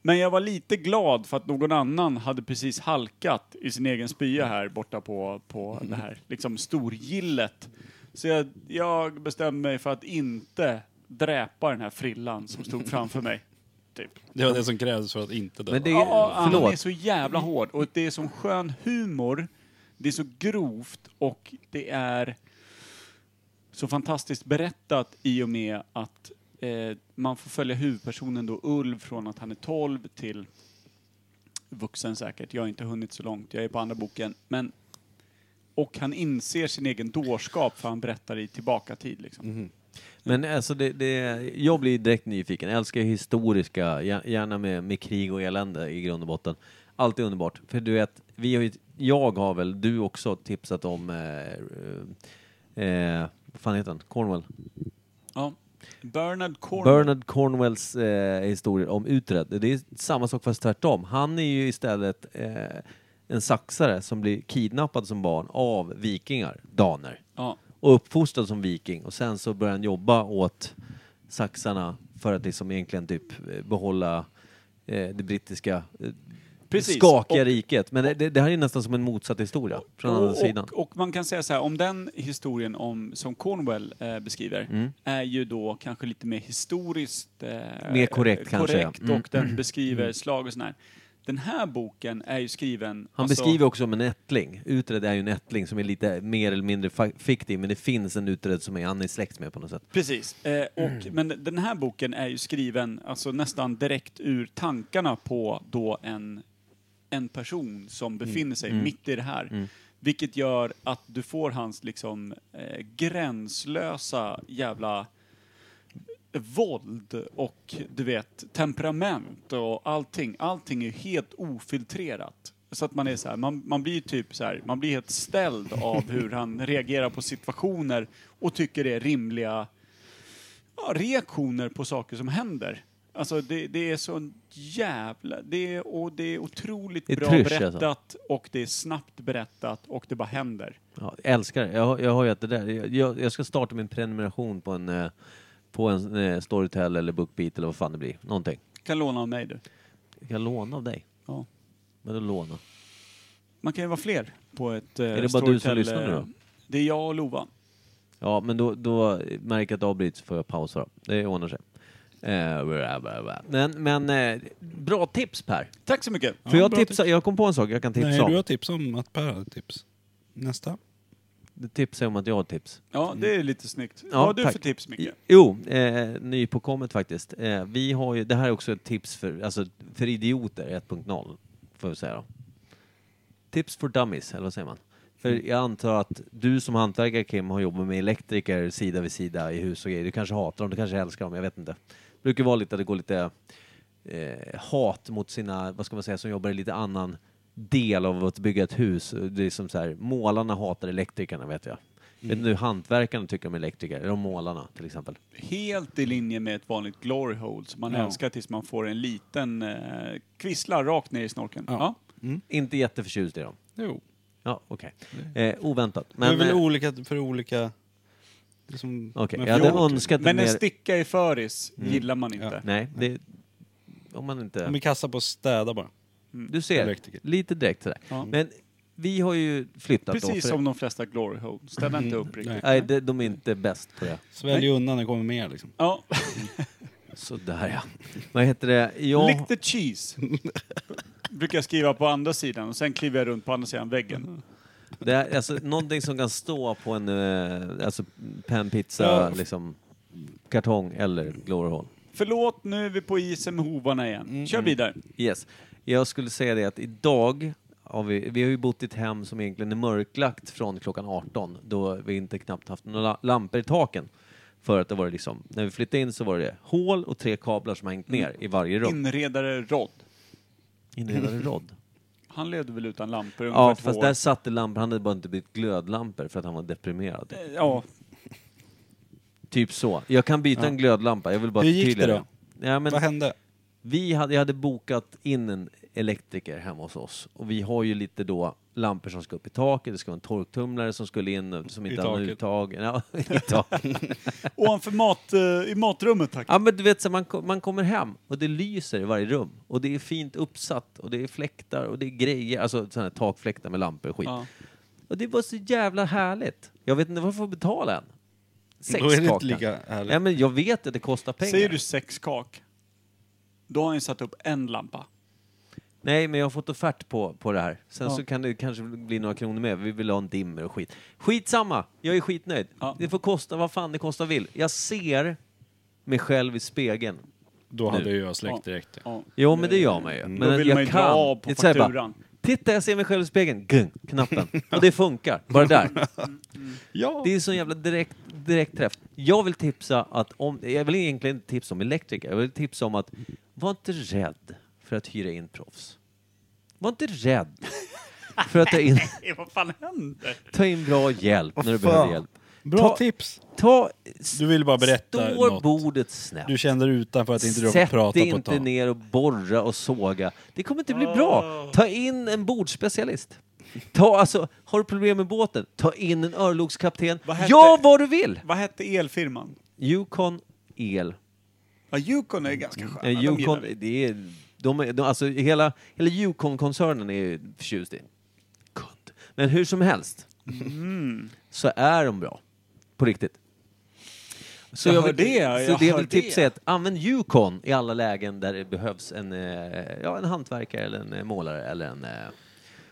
Speaker 3: Men jag var lite glad för att någon annan hade precis halkat i sin egen spya här borta på, på
Speaker 1: Mm.
Speaker 3: det här liksom storgillet. Så jag, jag bestämde mig för att inte dräpa den här frillan som stod framför mig. Typ.
Speaker 2: Det var det som krävs för att inte dö.
Speaker 1: Men det är,
Speaker 3: Ja, han är
Speaker 1: förlåt.
Speaker 3: så jävla hård och det är sån skön humor. Det är så grovt och det är så fantastiskt berättat i och med att eh, man får följa huvudpersonen då Ulv från att han är 12 till vuxen säkert. Jag har inte hunnit så långt, jag är på andra boken. Men, och han inser sin egen dårskap för han berättar i tillbakatid. Liksom.
Speaker 1: Mhm. Men alltså, det, det, jag blir direkt nyfiken. Jag älskar historiska, gär- gärna med, med krig och elände i grund och botten. Allt är underbart. För du vet, vi har ju, jag har väl, du också, tipsat om... Eh, eh, vad fan heter han? Cornwell?
Speaker 3: Ja. Bernard Cornwell.
Speaker 1: Bernard Cornwells eh, historier om Utred. Det är samma sak fast tvärtom. Han är ju istället eh, en saxare som blir kidnappad som barn av vikingar, daner.
Speaker 3: Ja.
Speaker 1: Och uppfostrad som viking och sen så börjar han jobba åt saxarna för att liksom egentligen typ eh, behålla eh, det brittiska eh,
Speaker 3: Precis.
Speaker 1: skakiga
Speaker 3: Och-
Speaker 1: riket. Men det, det här är nästan som en motsatt historia från andra sidan.
Speaker 3: Och, och man kan säga så här, om den historien om, som Cornwell eh, beskriver
Speaker 1: Mm.
Speaker 3: är ju då kanske lite mer historiskt eh,
Speaker 1: Mer korrekt kanske, ja.
Speaker 3: korrekt
Speaker 1: Mm.
Speaker 3: och den beskriver slag och sån här. Den här boken är ju skriven...
Speaker 1: Han
Speaker 3: alltså-
Speaker 1: beskriver också om en ättling. Utred är ju en ättling som är lite mer eller mindre fa- fiktiv, men det finns en Utred som är, han är släkt med på något sätt.
Speaker 3: Precis. Eh, och,
Speaker 1: Mm.
Speaker 3: Men den här boken är ju skriven alltså, nästan direkt ur tankarna på då en, en person
Speaker 1: Mm.
Speaker 3: som befinner sig mitt i det här. Vilket gör att du får hans liksom eh, gränslösa jävla våld och du vet temperament och allting. Allting är ju helt ofiltrerat. Så att man är så här, man, man blir ju typ så här, man blir helt
Speaker 1: [laughs]
Speaker 3: ställd av hur han reagerar på situationer och tycker det är rimliga ja, reaktioner på saker som händer. Alltså det, det är så jävla... Det är, och det är otroligt
Speaker 1: Det är
Speaker 3: bra
Speaker 1: trysch, alltså.
Speaker 3: berättat och det är snabbt berättat och det bara händer.
Speaker 1: Ja, jag älskar det. Jag, har- jag har ju att det där. Jag- Jag, jag ska starta min prenumeration på en, eh, på en eh, Storytel eller Bookbeat eller vad fan det blir. Någonting.
Speaker 3: Kan låna av mig du.
Speaker 1: Jag kan låna av dig.
Speaker 3: Ja.
Speaker 1: Men då låna?
Speaker 3: Man kan ju vara fler på ett eh,
Speaker 1: Är det bara du som lyssnar nu då?
Speaker 3: Det är jag och Lova.
Speaker 1: Ja, men då, då märker jag att det avbryts får jag pausa då. Det ordnar sig. Eh, bra, bra, bra. Men, men eh, bra tips Per!
Speaker 3: Tack så mycket!
Speaker 1: För jag,
Speaker 2: bra
Speaker 1: tipsa, jag kom på en sak jag kan tipsa
Speaker 2: Nej,
Speaker 1: om.
Speaker 2: du har tips om att Per hade tips. Nästa.
Speaker 1: Du tipsar om att jag har tips.
Speaker 3: Ja, det är lite snyggt.
Speaker 1: Ja,
Speaker 3: Vad har du
Speaker 1: tack.
Speaker 3: för tips, Micke?
Speaker 1: Jo, eh, ny på kommet faktiskt. Eh, vi har ju, det här är också ett tips för, alltså, för idioter 1.0, får vi säga då. Tips for dummies, eller vad säger man? För jag antar att du som hantverkare Kim har jobbat med elektriker sida vid sida i hus och grejer. Du kanske hatar dem, du kanske älskar dem, jag vet inte. Det brukar vara lite att det går lite eh, hat mot sina, vad ska man säga, som jobbar i lite annan del av att bygga ett hus. Det är som så här, målarna hatar elektrikerna vet jag. Mm. Vet
Speaker 2: Mm.
Speaker 1: du hur hantverkarna tycker om elektriker? Eller om målarna till exempel?
Speaker 3: Helt i linje med ett vanligt glory hole som man
Speaker 2: Ja.
Speaker 3: älskar tills man får en liten eh, kvissla rakt ner i snorkeln. Ja.
Speaker 2: Ja.
Speaker 1: Inte jätteförtjust i dem.
Speaker 2: Jo.
Speaker 1: Ja, okej. Eh, oväntat.
Speaker 2: Men, det
Speaker 1: Men,
Speaker 2: är väl
Speaker 1: eh,
Speaker 2: olika för olika... det är som-
Speaker 1: okej,
Speaker 2: men
Speaker 1: jag hade
Speaker 2: förlåt.
Speaker 1: önskat
Speaker 3: Men
Speaker 1: mer...
Speaker 3: en sticka i föris gillar man inte.
Speaker 1: Nej, det... Om man inte...
Speaker 2: Om vi kastar på städa bara.
Speaker 1: Du ser,
Speaker 2: Elektriker.
Speaker 1: lite direkt sådär.
Speaker 3: Ja.
Speaker 1: Men vi har ju flyttat då.
Speaker 3: Precis
Speaker 1: för-
Speaker 3: som de flesta glory hole. Ställa inte upp riktigt.
Speaker 2: Nej.
Speaker 1: Nej, de, de är inte bäst på det.
Speaker 2: Svälj undan, det kommer mer liksom.
Speaker 3: [laughs] Ja.
Speaker 1: Sådär ja. Vad heter det? Jag...
Speaker 3: Lick the cheese. Brukar jag skriva på andra sidan och sen kliver jag runt på andra sidan väggen.
Speaker 1: Det är, alltså, någonting som kan stå på en eh, alltså, panpizza,
Speaker 2: Ja.
Speaker 1: liksom, kartong eller glorhål.
Speaker 3: Förlåt, nu är vi på isen med hovarna
Speaker 1: Mm,
Speaker 3: igen. Kör vidare.
Speaker 1: Yes. Jag skulle säga det att idag har vi, vi har ju bott i ett hem som egentligen är mörklagt från klockan 18 då vi inte knappt haft några la- lampor i taken. För att det var liksom, när vi flyttade in så var det hål och tre kablar som har hängt ner i varje
Speaker 2: Mm.
Speaker 1: rum.
Speaker 3: Inredare Rod.
Speaker 1: Inredare
Speaker 2: [laughs]
Speaker 1: rodd.
Speaker 3: Han levde väl utan lampor i ungefär
Speaker 1: Ja,
Speaker 3: två
Speaker 1: fast
Speaker 3: år.
Speaker 1: där satt det lampor. Han hade bara inte bytt glödlampor för att han var deprimerad.
Speaker 3: Eh, Ja,
Speaker 1: Typ så. Jag kan byta en glödlampa, jag vill bara
Speaker 2: Hur gick det
Speaker 1: förtydliga
Speaker 2: då?
Speaker 1: Ja, men
Speaker 2: Vad hände?
Speaker 1: Vi hade, jag hade bokat in en elektriker hemma hos oss och vi har ju lite då lampor som ska upp i taket, det ska vara en torktumlare som skulle in som inte
Speaker 2: I
Speaker 1: har något
Speaker 2: taket.
Speaker 1: uttag. Ja, [laughs]
Speaker 2: [laughs]
Speaker 1: i taket.
Speaker 3: Ovanför mat, eh, i matrummet tack.
Speaker 1: ja men du vet så här, man, ko- man kommer hem och det lyser i varje rum och det är fint uppsatt och det är fläktar och det är grejer, alltså sådana här takfläktar med lampor och skit.
Speaker 3: Ja.
Speaker 1: Och det var så jävla härligt. Jag vet inte varför jag får betala än. Sex
Speaker 2: Då är det inte
Speaker 1: kakor.
Speaker 2: lika härligt.
Speaker 1: Ja, men jag vet att det kostar pengar.
Speaker 3: Säger du sex kak, då har han ju satt upp en lampa.
Speaker 1: Nej, men jag har fått offert på, på det här. Sen
Speaker 3: Ja.
Speaker 1: så kan det kanske bli några kronor mer. Vi vill ha en dimmer och skit. Skitsamma! Jag är skitnöjd.
Speaker 3: Ja.
Speaker 1: Det får kosta vad fan det kostar vill. Jag ser mig själv i spegeln.
Speaker 2: Då hade ju jag släckt
Speaker 3: Ja.
Speaker 2: direkt. Ja.
Speaker 3: Ja.
Speaker 1: Jo, men det gör man ju. Men
Speaker 3: Mm. Då vill
Speaker 1: jag
Speaker 3: man ju
Speaker 1: kan.
Speaker 3: dra av på
Speaker 1: Det är så här bara,
Speaker 3: fakturan.
Speaker 1: Titta, jag ser mig själv i spegeln. Gung, knappen. Och det funkar. Bara
Speaker 3: [laughs]
Speaker 1: där.
Speaker 2: Ja.
Speaker 1: Det är en sån jävla direkt, direkt träff. Jag vill tipsa att om, jag vill egentligen inte tipsa om elektriker, jag vill tipsa om att var inte rädd för att hyra in proffs. Var inte rädd för att ta in, [laughs]
Speaker 3: Eh, vad fan händer?
Speaker 1: ta in bra hjälp när du
Speaker 2: fan.
Speaker 1: behöver hjälp.
Speaker 2: Bra
Speaker 1: Ta-
Speaker 2: tips!
Speaker 1: Ta,
Speaker 2: Du vill bara berätta
Speaker 1: står
Speaker 2: något.
Speaker 1: bordet snett.
Speaker 2: Du kände dig utanför att inte du har
Speaker 1: Sätt
Speaker 2: pratat
Speaker 1: dig
Speaker 2: på ett
Speaker 1: inte
Speaker 2: tag.
Speaker 1: ner och borra och såga. Det kommer inte bli bra.
Speaker 2: Ah.
Speaker 1: Ta in en bordspecialist. Ta, alltså, har du problem med båten, ta in en örlogskapten.
Speaker 3: Vad hette-
Speaker 1: Gör vad du vill!
Speaker 3: Vad hette elfirman?
Speaker 1: Yukon El.
Speaker 3: Ja, Yukon är ganska sköna.
Speaker 1: Nej,
Speaker 3: de
Speaker 1: Eh, Yukon,
Speaker 3: gillar vi.
Speaker 1: det är, de är, de, alltså hela, hela Yukon-koncernen är ju förtjust i. Kund. Men hur som helst så är de bra. På riktigt. Så
Speaker 3: Jag hör
Speaker 1: vill,
Speaker 3: det,
Speaker 1: Så
Speaker 3: jag
Speaker 1: det jag
Speaker 3: hör
Speaker 1: vill
Speaker 3: det.
Speaker 1: tipsa är att använd Yukon i alla lägen där det behövs en, eh, ja, en hantverkare eller en eh, målare eller en... Eh,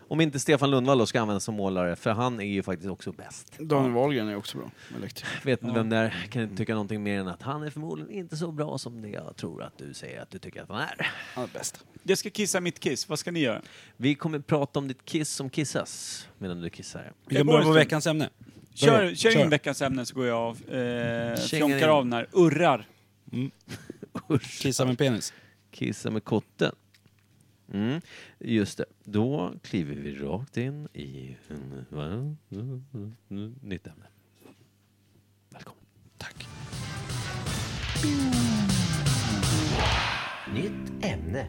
Speaker 1: om inte Stefan Lundvall då ska användas som målare, för han är ju faktiskt också bäst.
Speaker 2: Daniel Wahlgren är också bra. Elektriker.
Speaker 1: Vet inte vem det är, kan inte tycka någonting mer än att han är förmodligen inte så bra som det jag tror att du säger att du tycker att han är.
Speaker 2: Han är bäst.
Speaker 3: Jag ska kissa mitt kiss, vad ska ni göra?
Speaker 1: Vi kommer prata om ditt kiss som kissas medan du kissar.
Speaker 2: Vi
Speaker 3: Jag
Speaker 2: kan
Speaker 3: går
Speaker 2: börja
Speaker 3: en
Speaker 2: på
Speaker 3: stund.
Speaker 2: veckans ämne.
Speaker 3: Kör,
Speaker 2: Börja.
Speaker 3: kör in veckans ämne så går jag av. Eh,
Speaker 1: Känga
Speaker 3: fjonkar
Speaker 1: in.
Speaker 3: av den här. Urrar.
Speaker 2: Kissa med penis.
Speaker 1: Kissa med kotten. Mm, just det. Då kliver vi rakt in i en, va? nytt ämne. Välkommen.
Speaker 2: Tack.
Speaker 1: Nytt ämne.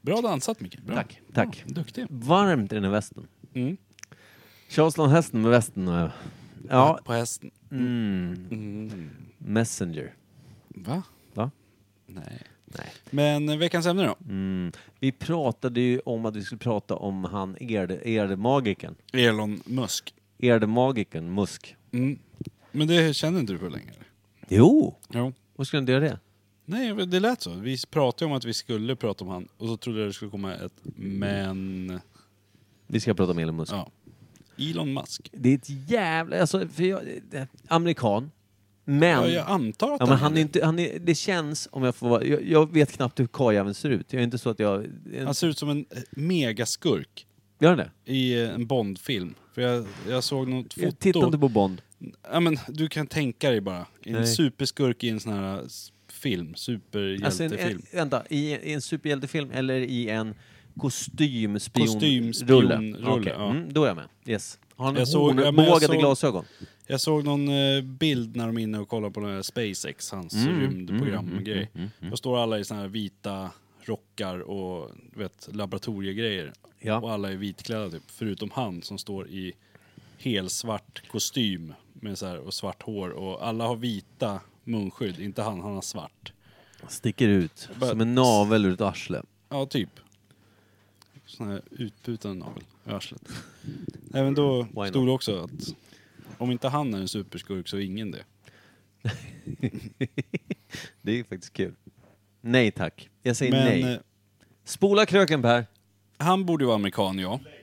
Speaker 2: Bra dansat Micke. Bra.
Speaker 1: Tack, tack.
Speaker 2: Ja, duktig.
Speaker 1: Varmt i den här västen.
Speaker 2: Mm.
Speaker 1: Charleston hästen med västen. eh. Ja,
Speaker 2: På hästen.
Speaker 1: mm,
Speaker 2: Mm.
Speaker 1: Messenger.
Speaker 2: Va?
Speaker 1: Va?
Speaker 2: Nej.
Speaker 1: Nej.
Speaker 2: Men eh, veckans ämne då?
Speaker 1: Mm. Vi pratade ju om att vi skulle prata om han erde- erdemagikern.
Speaker 2: Elon Musk.
Speaker 1: Erdemagikern Musk.
Speaker 2: Mm. Men det känner inte du för längre? eller?
Speaker 1: Jo!
Speaker 2: Jo.
Speaker 1: Vad skulle han göra det?
Speaker 2: Nej, jag vet- det lät så. Vi pratade om att vi skulle prata om han och så trodde jag det skulle komma ett men...
Speaker 1: Vi ska prata om Elon Musk.
Speaker 2: Ja. Elon Musk.
Speaker 1: Det är ett jävla... Alltså, för jag, det- amerikan.
Speaker 2: Ja,
Speaker 1: Men...
Speaker 2: jag antar att
Speaker 1: Ja, men han är inte, han är, det känns, om jag får vara, jag, jag vet knappt hur karljäveln ser ut. Jag är inte så att jag... En,
Speaker 2: han ser ut som en eh, megaskurk
Speaker 1: gör han det?
Speaker 2: i eh, en Bondfilm. För jag, jag såg något
Speaker 1: Jag tittar
Speaker 2: foto.
Speaker 1: inte på Bond.
Speaker 2: Ja, men, du kan tänka dig bara. En
Speaker 1: Nej.
Speaker 2: superskurk i en sån här s- film.
Speaker 1: Alltså en,
Speaker 2: Superhjältefilm.
Speaker 1: en, vänta, i, i en superhjältefilm eller i en kostymspionrulle?
Speaker 2: Kostymspionrulle, ja.
Speaker 1: mm, då är jag med. Yes. Har han
Speaker 2: Jag såg- ja, men jag
Speaker 1: hornbågade
Speaker 2: såg-
Speaker 1: glasögon?
Speaker 2: Jag såg någon eh, bild när de är inne och kollar på den här SpaceX, hans
Speaker 1: Mm,
Speaker 2: rymdprogramgrej. Då står alla i såna här vita rockar och du vet, laboratoriegrejer.
Speaker 1: Ja.
Speaker 2: Och alla är vitklädda typ, förutom han som står i helsvart kostym med så här, och svart hår. Och alla har vita munskydd, inte han, han har svart.
Speaker 1: Sticker ut
Speaker 2: Bara-
Speaker 1: som en navel ur ett arsle.
Speaker 2: Ja, typ. Sån här utputande navel i arslet. Även då
Speaker 1: not?
Speaker 2: stod det också att om inte han är en superskurk så är ingen det.
Speaker 1: Det är faktiskt kul. Nej tack. Jag säger nej.
Speaker 2: eh,
Speaker 1: Spola kröken Per.
Speaker 2: Han borde ju vara amerikan, ja. Eller är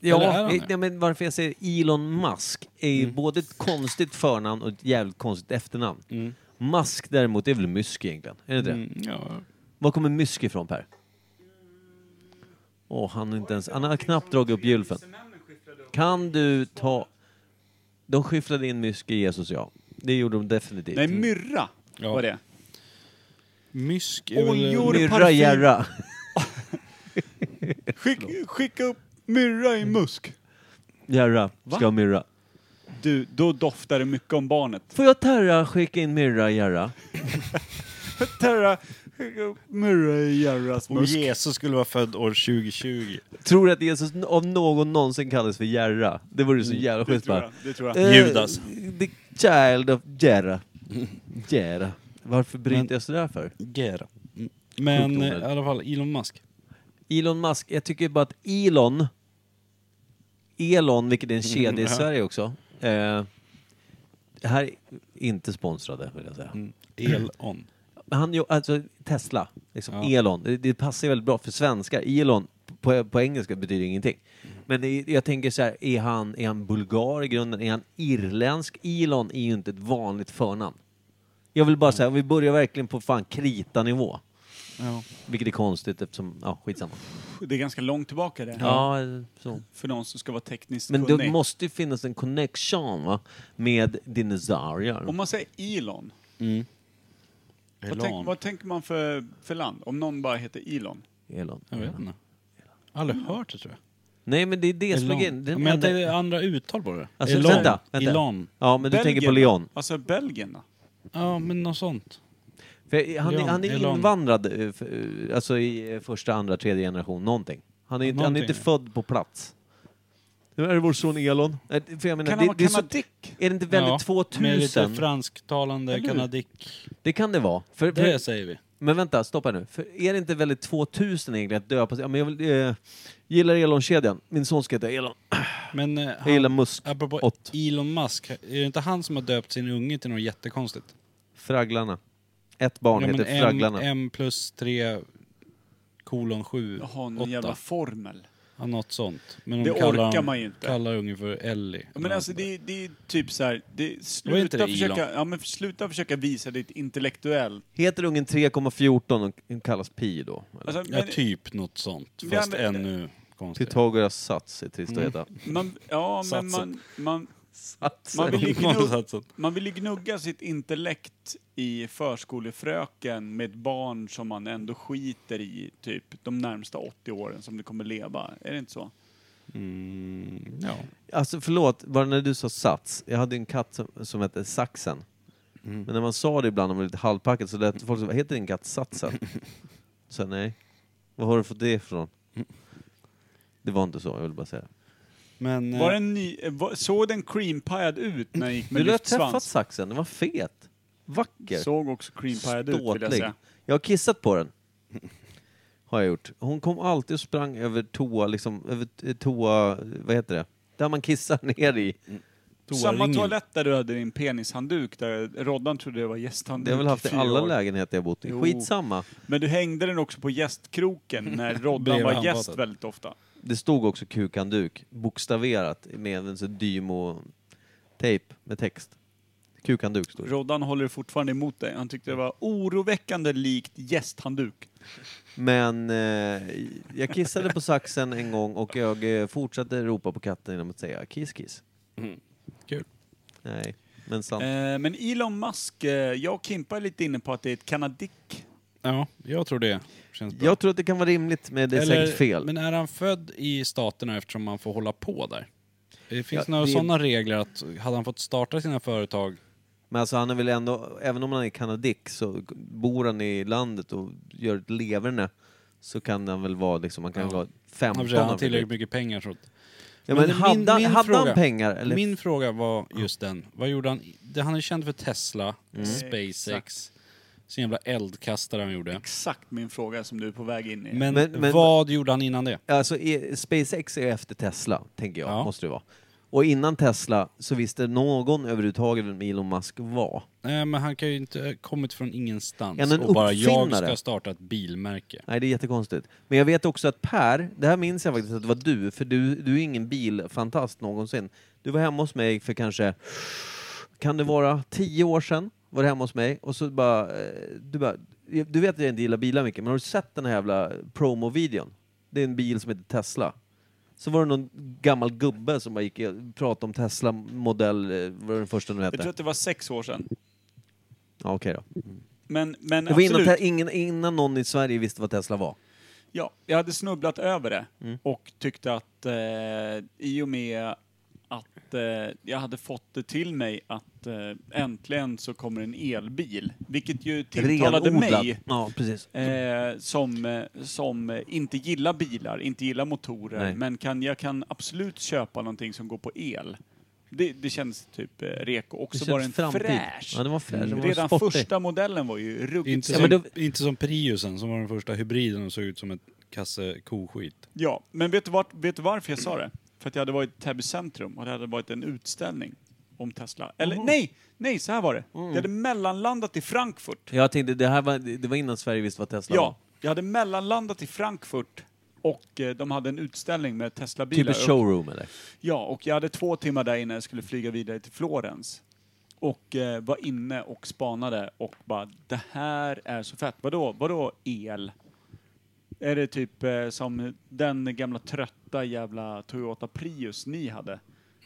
Speaker 1: Ja,
Speaker 2: han
Speaker 1: eh,
Speaker 2: det?
Speaker 1: ja, men varför jag säger Elon Musk är
Speaker 3: Mm.
Speaker 1: ju både ett konstigt förnamn och ett jävligt konstigt efternamn.
Speaker 3: Mm.
Speaker 1: Musk däremot är väl Musk egentligen? Är det inte det?
Speaker 2: ja.
Speaker 1: Var kommer Musk ifrån Per? Åh, han, är inte ens, han har knappt dragit upp gylfen. Kan du ta... De skyfflade in Musk i Jesus, ja. Det gjorde de definitivt.
Speaker 3: Nej, myrra
Speaker 2: Ja.
Speaker 3: var det.
Speaker 2: Mysk är
Speaker 3: Oljor-
Speaker 2: väl...
Speaker 1: Myrra
Speaker 3: parfym.
Speaker 1: Järra.
Speaker 3: Skick, skicka upp myrra i musk.
Speaker 1: Järra
Speaker 3: Va?
Speaker 1: ska ha myrra.
Speaker 3: Du, då doftar det mycket om barnet.
Speaker 1: Får jag Terra skicka in myrra Järra?
Speaker 3: Terra, skicka upp myrra i Jerras
Speaker 2: Om Jesus skulle vara född år 2020.
Speaker 1: Tror du att Jesus n- av någon någonsin kallas för Järra? Det vore så jävla
Speaker 3: Mm, Det
Speaker 1: schysst
Speaker 3: tror
Speaker 1: bara.
Speaker 3: jag. Det tror jag.
Speaker 1: Eh,
Speaker 2: Judas.
Speaker 1: The child of Jera. Jera. Varför bryter
Speaker 2: Men-
Speaker 1: jag sådär för?
Speaker 2: Gera. Men eh,
Speaker 1: onödigt.
Speaker 2: i alla fall, Elon Musk.
Speaker 1: Elon Musk, jag tycker bara att Elon, Elon, vilket är en kedja i
Speaker 2: Mm, ja.
Speaker 1: Sverige också. Eh, det här är inte sponsrade vill jag säga.
Speaker 2: Mm. Elon.
Speaker 1: Men han, jo- alltså Tesla, liksom
Speaker 2: Ja.
Speaker 1: Elon, det, det passar ju väldigt bra för svenskar. Elon på, på engelska betyder ingenting.
Speaker 2: Mm.
Speaker 1: Men det, jag tänker så här, är han, är han bulgar i grunden? Är han irländsk? Elon är ju inte ett vanligt förnamn. Jag vill bara säga, vi börjar verkligen på fan kritanivå.
Speaker 2: Ja.
Speaker 1: Vilket är konstigt eftersom, ja skitsamma.
Speaker 3: Det är ganska långt tillbaka det.
Speaker 1: Ja, så.
Speaker 3: För någon som ska vara tekniskt
Speaker 1: Men det
Speaker 3: kunnig.
Speaker 1: måste ju finnas en connection va? med dinosaurier.
Speaker 3: Om man säger Elon, vad, tänk,
Speaker 2: Elon.
Speaker 3: vad tänker man för, för land? Om någon bara heter Elon?
Speaker 1: Elon.
Speaker 2: Jag vet inte. Aldrig hört det tror jag.
Speaker 1: Nej men det är det som är
Speaker 2: Elon.
Speaker 1: grejen. Det är
Speaker 2: Ja,
Speaker 1: den
Speaker 2: Men jag
Speaker 1: enda-
Speaker 2: tänkte andra uttal på det.
Speaker 1: Alltså,
Speaker 2: Elon.
Speaker 1: vänta, vänta.
Speaker 2: Elon.
Speaker 1: Ja men du
Speaker 3: Belgien,
Speaker 1: tänker på Leon.
Speaker 3: Alltså Belgien då?
Speaker 2: Ja, men något sånt.
Speaker 1: För han, är,
Speaker 2: Leon,
Speaker 1: han är
Speaker 2: Elon.
Speaker 1: invandrad eh, f- eh, alltså i eh, första, andra, tredje generation, någonting. Han är, inte, han är inte
Speaker 2: Någonting,
Speaker 1: född på plats. Nu är det vår son Elon. Nej, För jag menar,
Speaker 3: Kan
Speaker 1: det,
Speaker 3: han vara
Speaker 1: det är, så,
Speaker 3: kanadick?
Speaker 1: är det inte väldigt
Speaker 2: ja, Med lite
Speaker 1: 2000?
Speaker 2: fransktalande kanadick.
Speaker 1: Det kan det vara. För, för,
Speaker 2: Det säger vi.
Speaker 1: Men vänta, stoppa nu. För är det inte väldigt 2000 egentligen att döpa sig? Ja, men jag vill, eh, gillar Elon-kedjan. Min son ska heta Elon.
Speaker 2: Men eh,
Speaker 1: Jag gillar
Speaker 2: han,
Speaker 1: Musk.
Speaker 2: apropå
Speaker 1: Ott.
Speaker 2: Elon Musk, är det inte han som har döpt sin unge till något jättekonstigt?
Speaker 1: Fragglarna. Ett barn
Speaker 2: Ja, men
Speaker 1: heter Fragglarna.
Speaker 2: M, M plus 3 kolon 7,
Speaker 3: Jaha, någon jävla
Speaker 2: 8.
Speaker 3: formel.
Speaker 2: Ja, något sånt. Men de
Speaker 3: Det
Speaker 2: kallar
Speaker 3: orkar
Speaker 2: han-
Speaker 3: man ju inte.
Speaker 2: kallar ungen för Ellie.
Speaker 3: Ja, Men alltså det, är- det är typ så här, det,
Speaker 2: var inte
Speaker 3: sluta,
Speaker 2: det
Speaker 3: försöka, ja, men sluta försöka visa ditt intellektuell.
Speaker 1: Heter ungen 3,14 och kallas pi då? Eller?
Speaker 3: Alltså,
Speaker 2: Ja,
Speaker 3: men,
Speaker 2: typ något sånt.
Speaker 3: Ja,
Speaker 2: Fast
Speaker 3: men-
Speaker 2: ännu konstigare.
Speaker 1: Pythagoras sats är trist att heta.
Speaker 3: man, ja, men man,
Speaker 2: Satsen.
Speaker 3: man,
Speaker 1: Satsen.
Speaker 3: Man
Speaker 2: [laughs]
Speaker 3: vill ju gnugga,
Speaker 2: Motsatsen.
Speaker 3: man vill ju gnugga sitt intellekt i förskolefröken med ett barn som man ändå skiter i typ de närmsta 80 åren som du kommer leva. Är det inte så?
Speaker 2: Mm, ja.
Speaker 1: Alltså förlåt, var det när du sa sats? Jag hade en katt som, som hette Saxen.
Speaker 3: Mm.
Speaker 1: Men när man sa det ibland, om man var lite halvpackad, så lät folk som heter din katt
Speaker 3: [laughs]
Speaker 1: Satsen? Så nej. Vad har du fått det ifrån? Det var inte så, jag vill bara säga.
Speaker 2: Men eh,
Speaker 3: Var den ny, eh, var, såg den creampied ut när den gick med
Speaker 1: du lät träffat
Speaker 3: lyftsvans?
Speaker 1: Saxen, den var fet. Vacker.
Speaker 3: Såg också creampied ut vill jag
Speaker 1: Ståtlig.
Speaker 3: säga.
Speaker 1: Jag har kissat på den. Har jag gjort. Hon kom alltid och sprang över toa, liksom, över t- toa, vad heter det? Där man kissar [laughs] ner i.
Speaker 3: Mm. Samma
Speaker 2: toaringen.
Speaker 3: toalett där du hade din penishandduk, där Roddan trodde det var gästhandduk
Speaker 1: Det har jag väl
Speaker 3: i
Speaker 1: haft i
Speaker 3: fyra
Speaker 1: alla
Speaker 3: år.
Speaker 1: lägenheter jag bott i.
Speaker 3: Jo.
Speaker 1: Skitsamma.
Speaker 3: Men du hängde den också
Speaker 1: [laughs]
Speaker 3: på gästkroken när Roddan
Speaker 2: Bredvid
Speaker 3: var
Speaker 2: handfatet.
Speaker 3: gäst väldigt ofta.
Speaker 1: Det stod också kukanduk, bokstaverat med en sån dymo-tejp med text. Kukhandduk står det.
Speaker 3: Roddan håller fortfarande emot dig. Han tyckte det var oroväckande likt gästhandduk.
Speaker 1: Men eh, jag kissade på saxen en gång och jag eh, fortsatte ropa på katten genom att säga kiss kiss.
Speaker 2: Kul.
Speaker 1: Nej, men sant.
Speaker 3: Eh, men Elon Musk, eh, jag och Kimpa är lite inne på att det är ett kanadick.
Speaker 2: Ja, jag tror det. Känns bra.
Speaker 1: Jag tror att det kan vara rimligt, men det är
Speaker 2: Eller-
Speaker 1: säkert fel.
Speaker 2: Men är han född i staterna eftersom man får hålla på där? Det finns
Speaker 1: Ja,
Speaker 2: några
Speaker 1: det-
Speaker 2: sådana regler att hade han fått starta sina företag...
Speaker 1: Men alltså han är väl ändå, även om han är kanadick så bor han i landet och gör ett leverne så kan han väl vara liksom, han kan
Speaker 2: Ja.
Speaker 1: vara
Speaker 2: Han
Speaker 1: 15
Speaker 2: har redan
Speaker 1: om det blir.
Speaker 2: tillräckligt mycket pengar så att...
Speaker 1: ja, men
Speaker 2: Men
Speaker 1: hade,
Speaker 2: min-
Speaker 1: han,
Speaker 2: min
Speaker 1: hade
Speaker 2: fråga-
Speaker 1: han pengar? Eller?
Speaker 2: Min fråga var just den. Vad gjorde han? Det, han är känd för Tesla,
Speaker 1: Mm.
Speaker 2: SpaceX, sin jävla eldkastare han gjorde.
Speaker 3: Exakt min fråga som du är på väg in i.
Speaker 2: Men,
Speaker 1: Men- men-
Speaker 2: vad gjorde han innan det?
Speaker 1: Alltså i- SpaceX är efter Tesla, tänker jag,
Speaker 2: Ja.
Speaker 1: måste det vara. Och innan Tesla så visste någon överhuvudtaget vem Elon Musk var.
Speaker 2: Nej, men han kan ju inte ha kommit från ingenstans
Speaker 1: Är han en
Speaker 2: och bara jag
Speaker 1: uppfinnare?"
Speaker 2: ska starta ett bilmärke.
Speaker 1: Nej, det är jättekonstigt. Men jag vet också att Per, det här minns jag faktiskt att det var du, för du, du är ingen bilfantast någonsin. Du var hemma hos mig för kanske, kan det vara tio år sedan? Var du hemma hos mig och så bara, eh, du bara, eh, du vet att jag inte gillar bilar mycket, men har du sett den här jävla promovideon? Det är en bil som heter Tesla. Så var det någon gammal gubbe som bara gick och pratade om Tesla modell, eh, vad var den första nu
Speaker 3: jag tror
Speaker 1: hette?
Speaker 3: att det var sex år sedan.
Speaker 1: Ja, okej då.
Speaker 3: Men, men
Speaker 1: Det var innan,
Speaker 3: absolut.
Speaker 1: te- ingen, innan någon i Sverige visste vad Tesla var.
Speaker 3: Ja, jag hade snubblat över det
Speaker 1: Mm.
Speaker 3: och tyckte att eh, i och med att eh, jag hade fått det till mig att eh, äntligen så kommer en elbil, vilket ju tilltalade
Speaker 1: Renodlad.
Speaker 3: mig
Speaker 1: Ja, precis.
Speaker 3: eh, som, eh, som eh, inte gillar bilar, inte gillar motorer,
Speaker 1: Nej.
Speaker 3: men kan, jag kan absolut köpa någonting som går på el. Det, det känns typ eh, reko. Och så var den
Speaker 1: känns framtid.
Speaker 3: fräsch.
Speaker 1: Ja, den var fräsch. Den var
Speaker 3: Redan
Speaker 1: sportig.
Speaker 3: första modellen var ju ruggigt
Speaker 2: Inte,
Speaker 1: Ja,
Speaker 2: som,
Speaker 1: men
Speaker 2: inte som Priusen som var den första hybriden och såg ut som ett kasse koskit.
Speaker 3: Ja, men vet du, vart, vet du varför jag sa det? För att jag hade varit i Täby centrum och det hade varit en utställning om Tesla. Eller nej, nej, så här var det.
Speaker 1: Mm.
Speaker 3: Jag hade mellanlandat i Frankfurt.
Speaker 1: Jag tänkte, det här var, det var innan Sverige visste vad Tesla var.
Speaker 3: Ja, jag hade mellanlandat i Frankfurt och eh, de hade en utställning med
Speaker 1: Typ
Speaker 3: Tesla-bilar.
Speaker 1: en showroom eller?
Speaker 3: Och- Ja, och jag hade två timmar där innan jag skulle flyga vidare till Florens. Och eh, var inne och spanade och bara, det här är så fett. Vadå, vadå el? Är det typ eh, som den gamla trötta jävla Toyota Prius ni hade?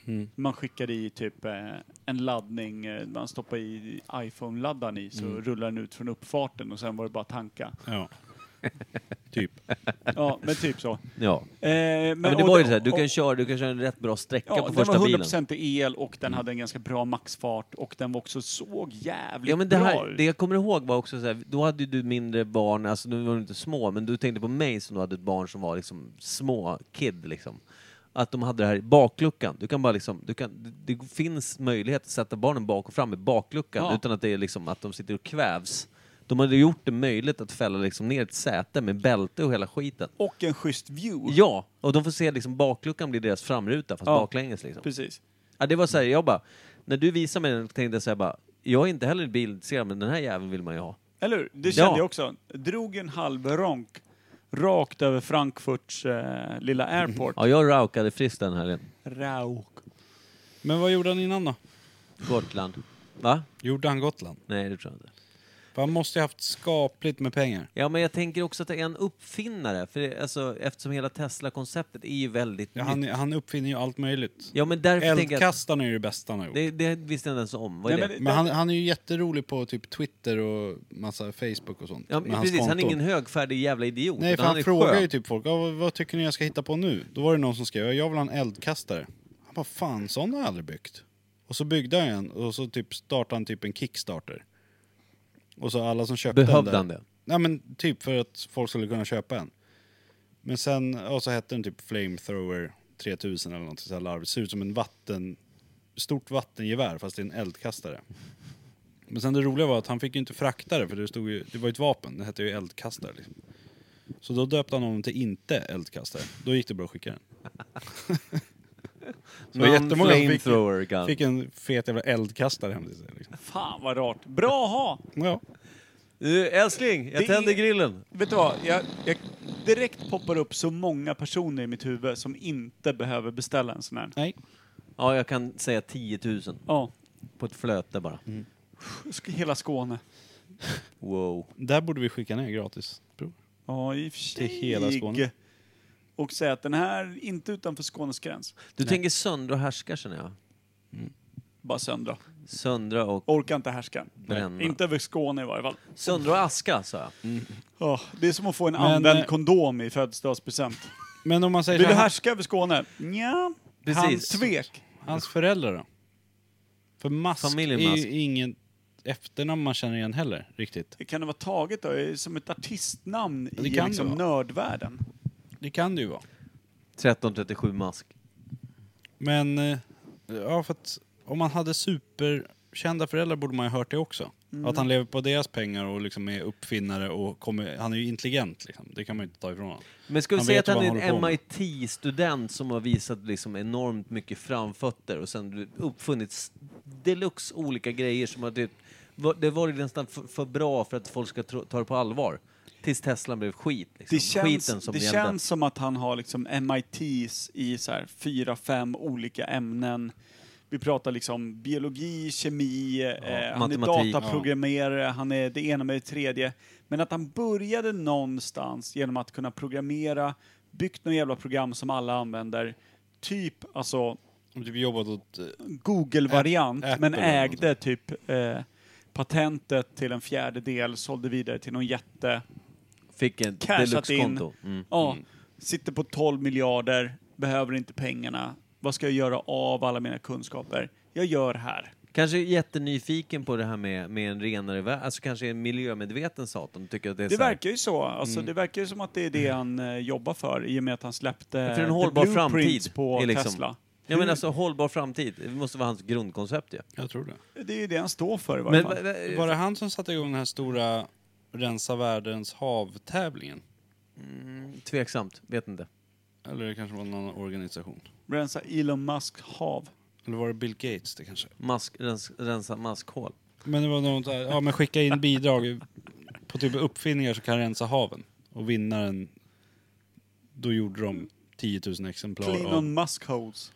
Speaker 1: Mm.
Speaker 3: Man skickade i typ eh, en laddning, eh, man stoppade i iPhone-laddaren i så
Speaker 1: Mm.
Speaker 3: rullar den ut från uppfarten och sen var det bara tanka.
Speaker 1: [laughs]
Speaker 2: Ja. [laughs] typ.
Speaker 3: Ja, men typ så. Eh,
Speaker 1: Ja.
Speaker 3: men,
Speaker 1: Men, det
Speaker 3: och
Speaker 1: var ju
Speaker 3: det-
Speaker 1: så här, du kan,
Speaker 3: och-
Speaker 1: köra, du kan köra en rätt bra sträcka
Speaker 3: Ja,
Speaker 1: på
Speaker 3: den
Speaker 1: första
Speaker 3: var
Speaker 1: bilen. Mm.
Speaker 3: 100% el och den hade en ganska bra maxfart och den var också såg jävligt
Speaker 1: Ja, men det,
Speaker 3: bra
Speaker 1: här,
Speaker 3: ut.
Speaker 1: det jag kommer ihåg var också så här, då hade ju du mindre barn, alltså nu var du inte små, men du tänkte på mig som då hade ett barn som var liksom små, kid liksom. Att de hade det här i bakluckan. Du kan bara liksom, du kan, det- det finns möjlighet att sätta barnen bak och fram i bakluckan
Speaker 3: Ja.
Speaker 1: utan att det är liksom att de sitter och kvävs. De hade gjort det möjligt att fälla liksom ner ett säte med bälte och hela skiten.
Speaker 3: Och en schysst view.
Speaker 1: Ja, och de får se liksom bakluckan blir deras framruta fast
Speaker 3: Ja.
Speaker 1: baklänges liksom.
Speaker 3: Precis.
Speaker 1: Ja, det var så här, jag bara, när du visade mig den tänkte jag så här bara, jag är inte heller bilintresserad men den här jäveln vill man ju ha.
Speaker 3: Eller hur? Det
Speaker 1: Ja.
Speaker 3: kände jag också. Drog en halv ronk rakt över Frankfurts eh, lilla airport.
Speaker 1: Mm-hmm. Ja, jag raukade friskt den här helgen.
Speaker 3: Rauk.
Speaker 2: Men vad gjorde han innan då?
Speaker 1: Gotland. Va?
Speaker 2: Gjorde han Gotland?
Speaker 1: Nej, det tror jag inte.
Speaker 2: För han måste ju haft skapligt med pengar.
Speaker 1: Ja, men jag tänker också att det är en uppfinnare, för det, alltså, eftersom hela Tesla-konceptet är ju väldigt
Speaker 2: Ja, han,
Speaker 1: nytt.
Speaker 2: han uppfinner ju allt möjligt.
Speaker 1: Ja, men därför tänker jag att
Speaker 2: Eldkastaren är ju det bästa han har gjort.
Speaker 1: det, det visste jag inte ens om. Vad är
Speaker 3: Nej,
Speaker 1: det?
Speaker 3: men-
Speaker 2: Men han, han är ju jätterolig på typ Twitter och massa Facebook och sånt.
Speaker 1: Ja,
Speaker 2: med
Speaker 1: men
Speaker 2: hans
Speaker 1: precis, han är
Speaker 2: konton.
Speaker 1: ingen högfärdig jävla idiot.
Speaker 2: Nej, för
Speaker 1: utan
Speaker 2: han,
Speaker 1: är
Speaker 2: frågar
Speaker 1: skön.
Speaker 2: ju typ folk, "Ja, vad, vad tycker ni jag ska hitta på nu? Då var det någon som skrev, "Ja, jag vill ha en eldkastare. Han bara, fan sån har jag aldrig byggt. Och så byggde han en och så typ startade han typ en kickstarter. Och så alla som köpte
Speaker 1: Behövde
Speaker 2: den
Speaker 1: han
Speaker 2: där,
Speaker 1: det?
Speaker 2: Nej men typ för att folk skulle kunna köpa en. Men sen, och så hette den typ flamethrower 3000 eller något så här larvigt. Ser ut som en vatten, stort vattengevär fast det är en eldkastare. Men sen det roliga var att han fick ju inte frakta det för det, stod ju, det var ju ett vapen, det hette ju eldkastare. Liksom. Så då döpte han honom till inte eldkastare. Då gick det bra att skicka den. Så [laughs] det var jättemånga som fick-
Speaker 1: Non-flamethrower gun.
Speaker 2: Fick en fet jävla eldkastare hem till sig. Liksom.
Speaker 3: Fan vad rart. Bra att ha!
Speaker 2: Ja.
Speaker 1: Du, älskling, jag
Speaker 3: Det
Speaker 1: tänder
Speaker 3: är-
Speaker 1: grillen.
Speaker 3: Vet du vad? Jag, jag direkt poppar upp så många personer i mitt huvud som inte behöver beställa en sån här.
Speaker 2: Nej.
Speaker 1: Ja, jag kan säga 10 000.
Speaker 3: Ja.
Speaker 1: På ett flöte bara.
Speaker 3: Sk- Hela Skåne.
Speaker 1: Wow.
Speaker 2: Där borde vi skicka ner gratis. prov.
Speaker 3: Ja, i och för sig.
Speaker 2: Till hela Skåne.
Speaker 3: Och säga att den här, inte utanför Skånes gräns.
Speaker 1: Du tänker söndra och härska känner jag.
Speaker 3: Bara söndra.
Speaker 1: Söndra och...
Speaker 3: Orkar inte härska.
Speaker 1: Bränna.
Speaker 3: Inte över Skåne i varje fall.
Speaker 1: Söndra och aska sa jag.
Speaker 3: Ja, det är som att få en
Speaker 2: Men, eh,
Speaker 3: använd kondom i [laughs] födelsedagspresent.
Speaker 2: Men om man säger
Speaker 3: Vill du
Speaker 2: så här,
Speaker 3: härska över Skåne? Nja, han
Speaker 1: Precis.
Speaker 3: tvek.
Speaker 2: hans föräldrar då? För Mask
Speaker 1: Familjen
Speaker 2: är
Speaker 1: Musk.
Speaker 2: ju ingen efternamn man känner igen heller, riktigt.
Speaker 3: Kan det vara taget då? Som ett artistnamn
Speaker 2: det
Speaker 3: i
Speaker 2: kan det
Speaker 3: liksom
Speaker 2: vara.
Speaker 3: nördvärlden?
Speaker 2: Det kan det ju vara.
Speaker 1: 1337 mask.
Speaker 2: Men, eh, ja för att om man hade superkända föräldrar borde man ju ha hört det också. Att han lever på deras pengar och liksom är uppfinnare och kommer, han är ju intelligent liksom. Det kan man ju inte ta ifrån honom.
Speaker 1: Men ska vi
Speaker 2: Han
Speaker 1: säga
Speaker 2: vet
Speaker 1: att han
Speaker 2: vad
Speaker 1: är
Speaker 2: han
Speaker 1: en
Speaker 2: håller på med.
Speaker 1: MIT-student som har visat liksom enormt mycket framfötter och sen uppfunnits deluxe olika grejer som har typ, var- det var ju nästan för, för bra för att folk ska tro, ta det på allvar. Tills Tesla blev skit. Liksom.
Speaker 3: Det
Speaker 1: Skiten
Speaker 3: känns,
Speaker 1: som
Speaker 3: det
Speaker 1: gällde.
Speaker 3: känns som att han har liksom MITs i så här fyra, fem olika ämnen. Vi pratar liksom biologi, kemi, eh, han är
Speaker 1: matematik.
Speaker 3: dataprogrammerare, han är det ena med det tredje. Men att han började någonstans genom att kunna programmera, byggt något jävla program som alla använder. Typ alltså
Speaker 2: Om du jobbat åt... eh,
Speaker 3: Google-variant,
Speaker 2: Ä- Apple
Speaker 3: men
Speaker 2: eller
Speaker 3: ägde typ eh, patentet till en fjärdedel, sålde vidare till någon jätte.
Speaker 1: Fick ett
Speaker 3: cashat
Speaker 1: deluxe-konto.
Speaker 3: in.
Speaker 1: Mm.
Speaker 3: Ja, sitter på 12 miljarder, behöver inte pengarna. Vad ska jag göra av alla mina kunskaper? Jag gör här.
Speaker 1: Kanske är jättenyfiken på det här med, med en renare värld, alltså kanske en miljömedveten satan. Tycker att det är
Speaker 3: Det
Speaker 1: så här-
Speaker 3: verkar ju så. Alltså,
Speaker 1: Mm.
Speaker 3: Det verkar ju som att det är det han eh, jobbar för i och med att han släppte
Speaker 1: För en
Speaker 3: The
Speaker 1: hållbar
Speaker 3: Blueprints
Speaker 1: framtid
Speaker 3: på
Speaker 1: är liksom-
Speaker 3: Tesla.
Speaker 1: Ja men alltså hållbar framtid, det måste vara hans grundkoncept ju.
Speaker 2: Jag tror det.
Speaker 3: Det är ju det han står för i varje
Speaker 1: Men,
Speaker 3: fall.
Speaker 1: va- va-
Speaker 2: Var det han som satte igång den här stora rensa världens hav-tävlingen?
Speaker 1: Tveksamt, vet inte.
Speaker 2: Eller det kanske var någon annan organisation?
Speaker 3: Rensa Elon Musk hav.
Speaker 2: Eller var det Bill Gates det kanske?
Speaker 1: Mask, rens, rensa maskhål.
Speaker 2: Men det var något där, ja men skicka in bidrag på typ uppfinningar som kan rensa haven. Och vinnaren, då gjorde de 10 000 exemplar
Speaker 3: Clean on
Speaker 2: av,
Speaker 3: Musk holes.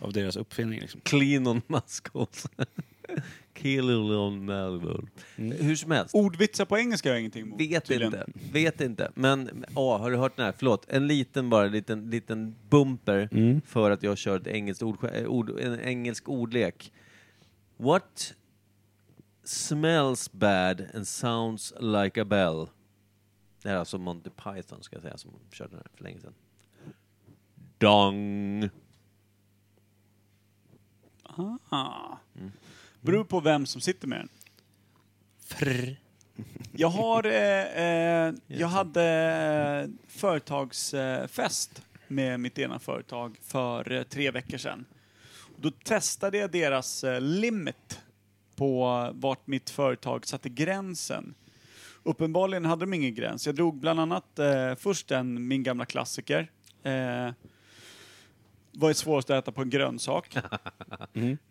Speaker 2: av deras uppfinning liksom.
Speaker 1: Clean on maskhål. [laughs] Kill on Melbourne. Hur som helst.
Speaker 3: Ordvitsar på engelska har jag ingenting emot.
Speaker 1: Vet
Speaker 3: tydligen.
Speaker 1: inte. Vet inte. Men, ja, har du hört den här? Förlåt. En liten bara, liten, liten bumper för att jag kör ett engelskt ord, eh, ord, en engelsk ordlek. What smells bad and sounds like a bell? Det här är alltså Monty Python, ska jag säga, som körde den här för länge sedan. Dong!
Speaker 3: Ah. Beror på vem som sitter med den. Jag har... Eh, eh, jag hade eh, företagsfest eh, fest med mitt ena företag för eh, tre veckor sedan. Då testade jag deras eh, limit på vart mitt företag satte gränsen. Uppenbarligen hade de ingen gräns. Jag drog bland annat eh, först en, min gamla klassiker. Eh, vad är svårast att äta på en grönsak?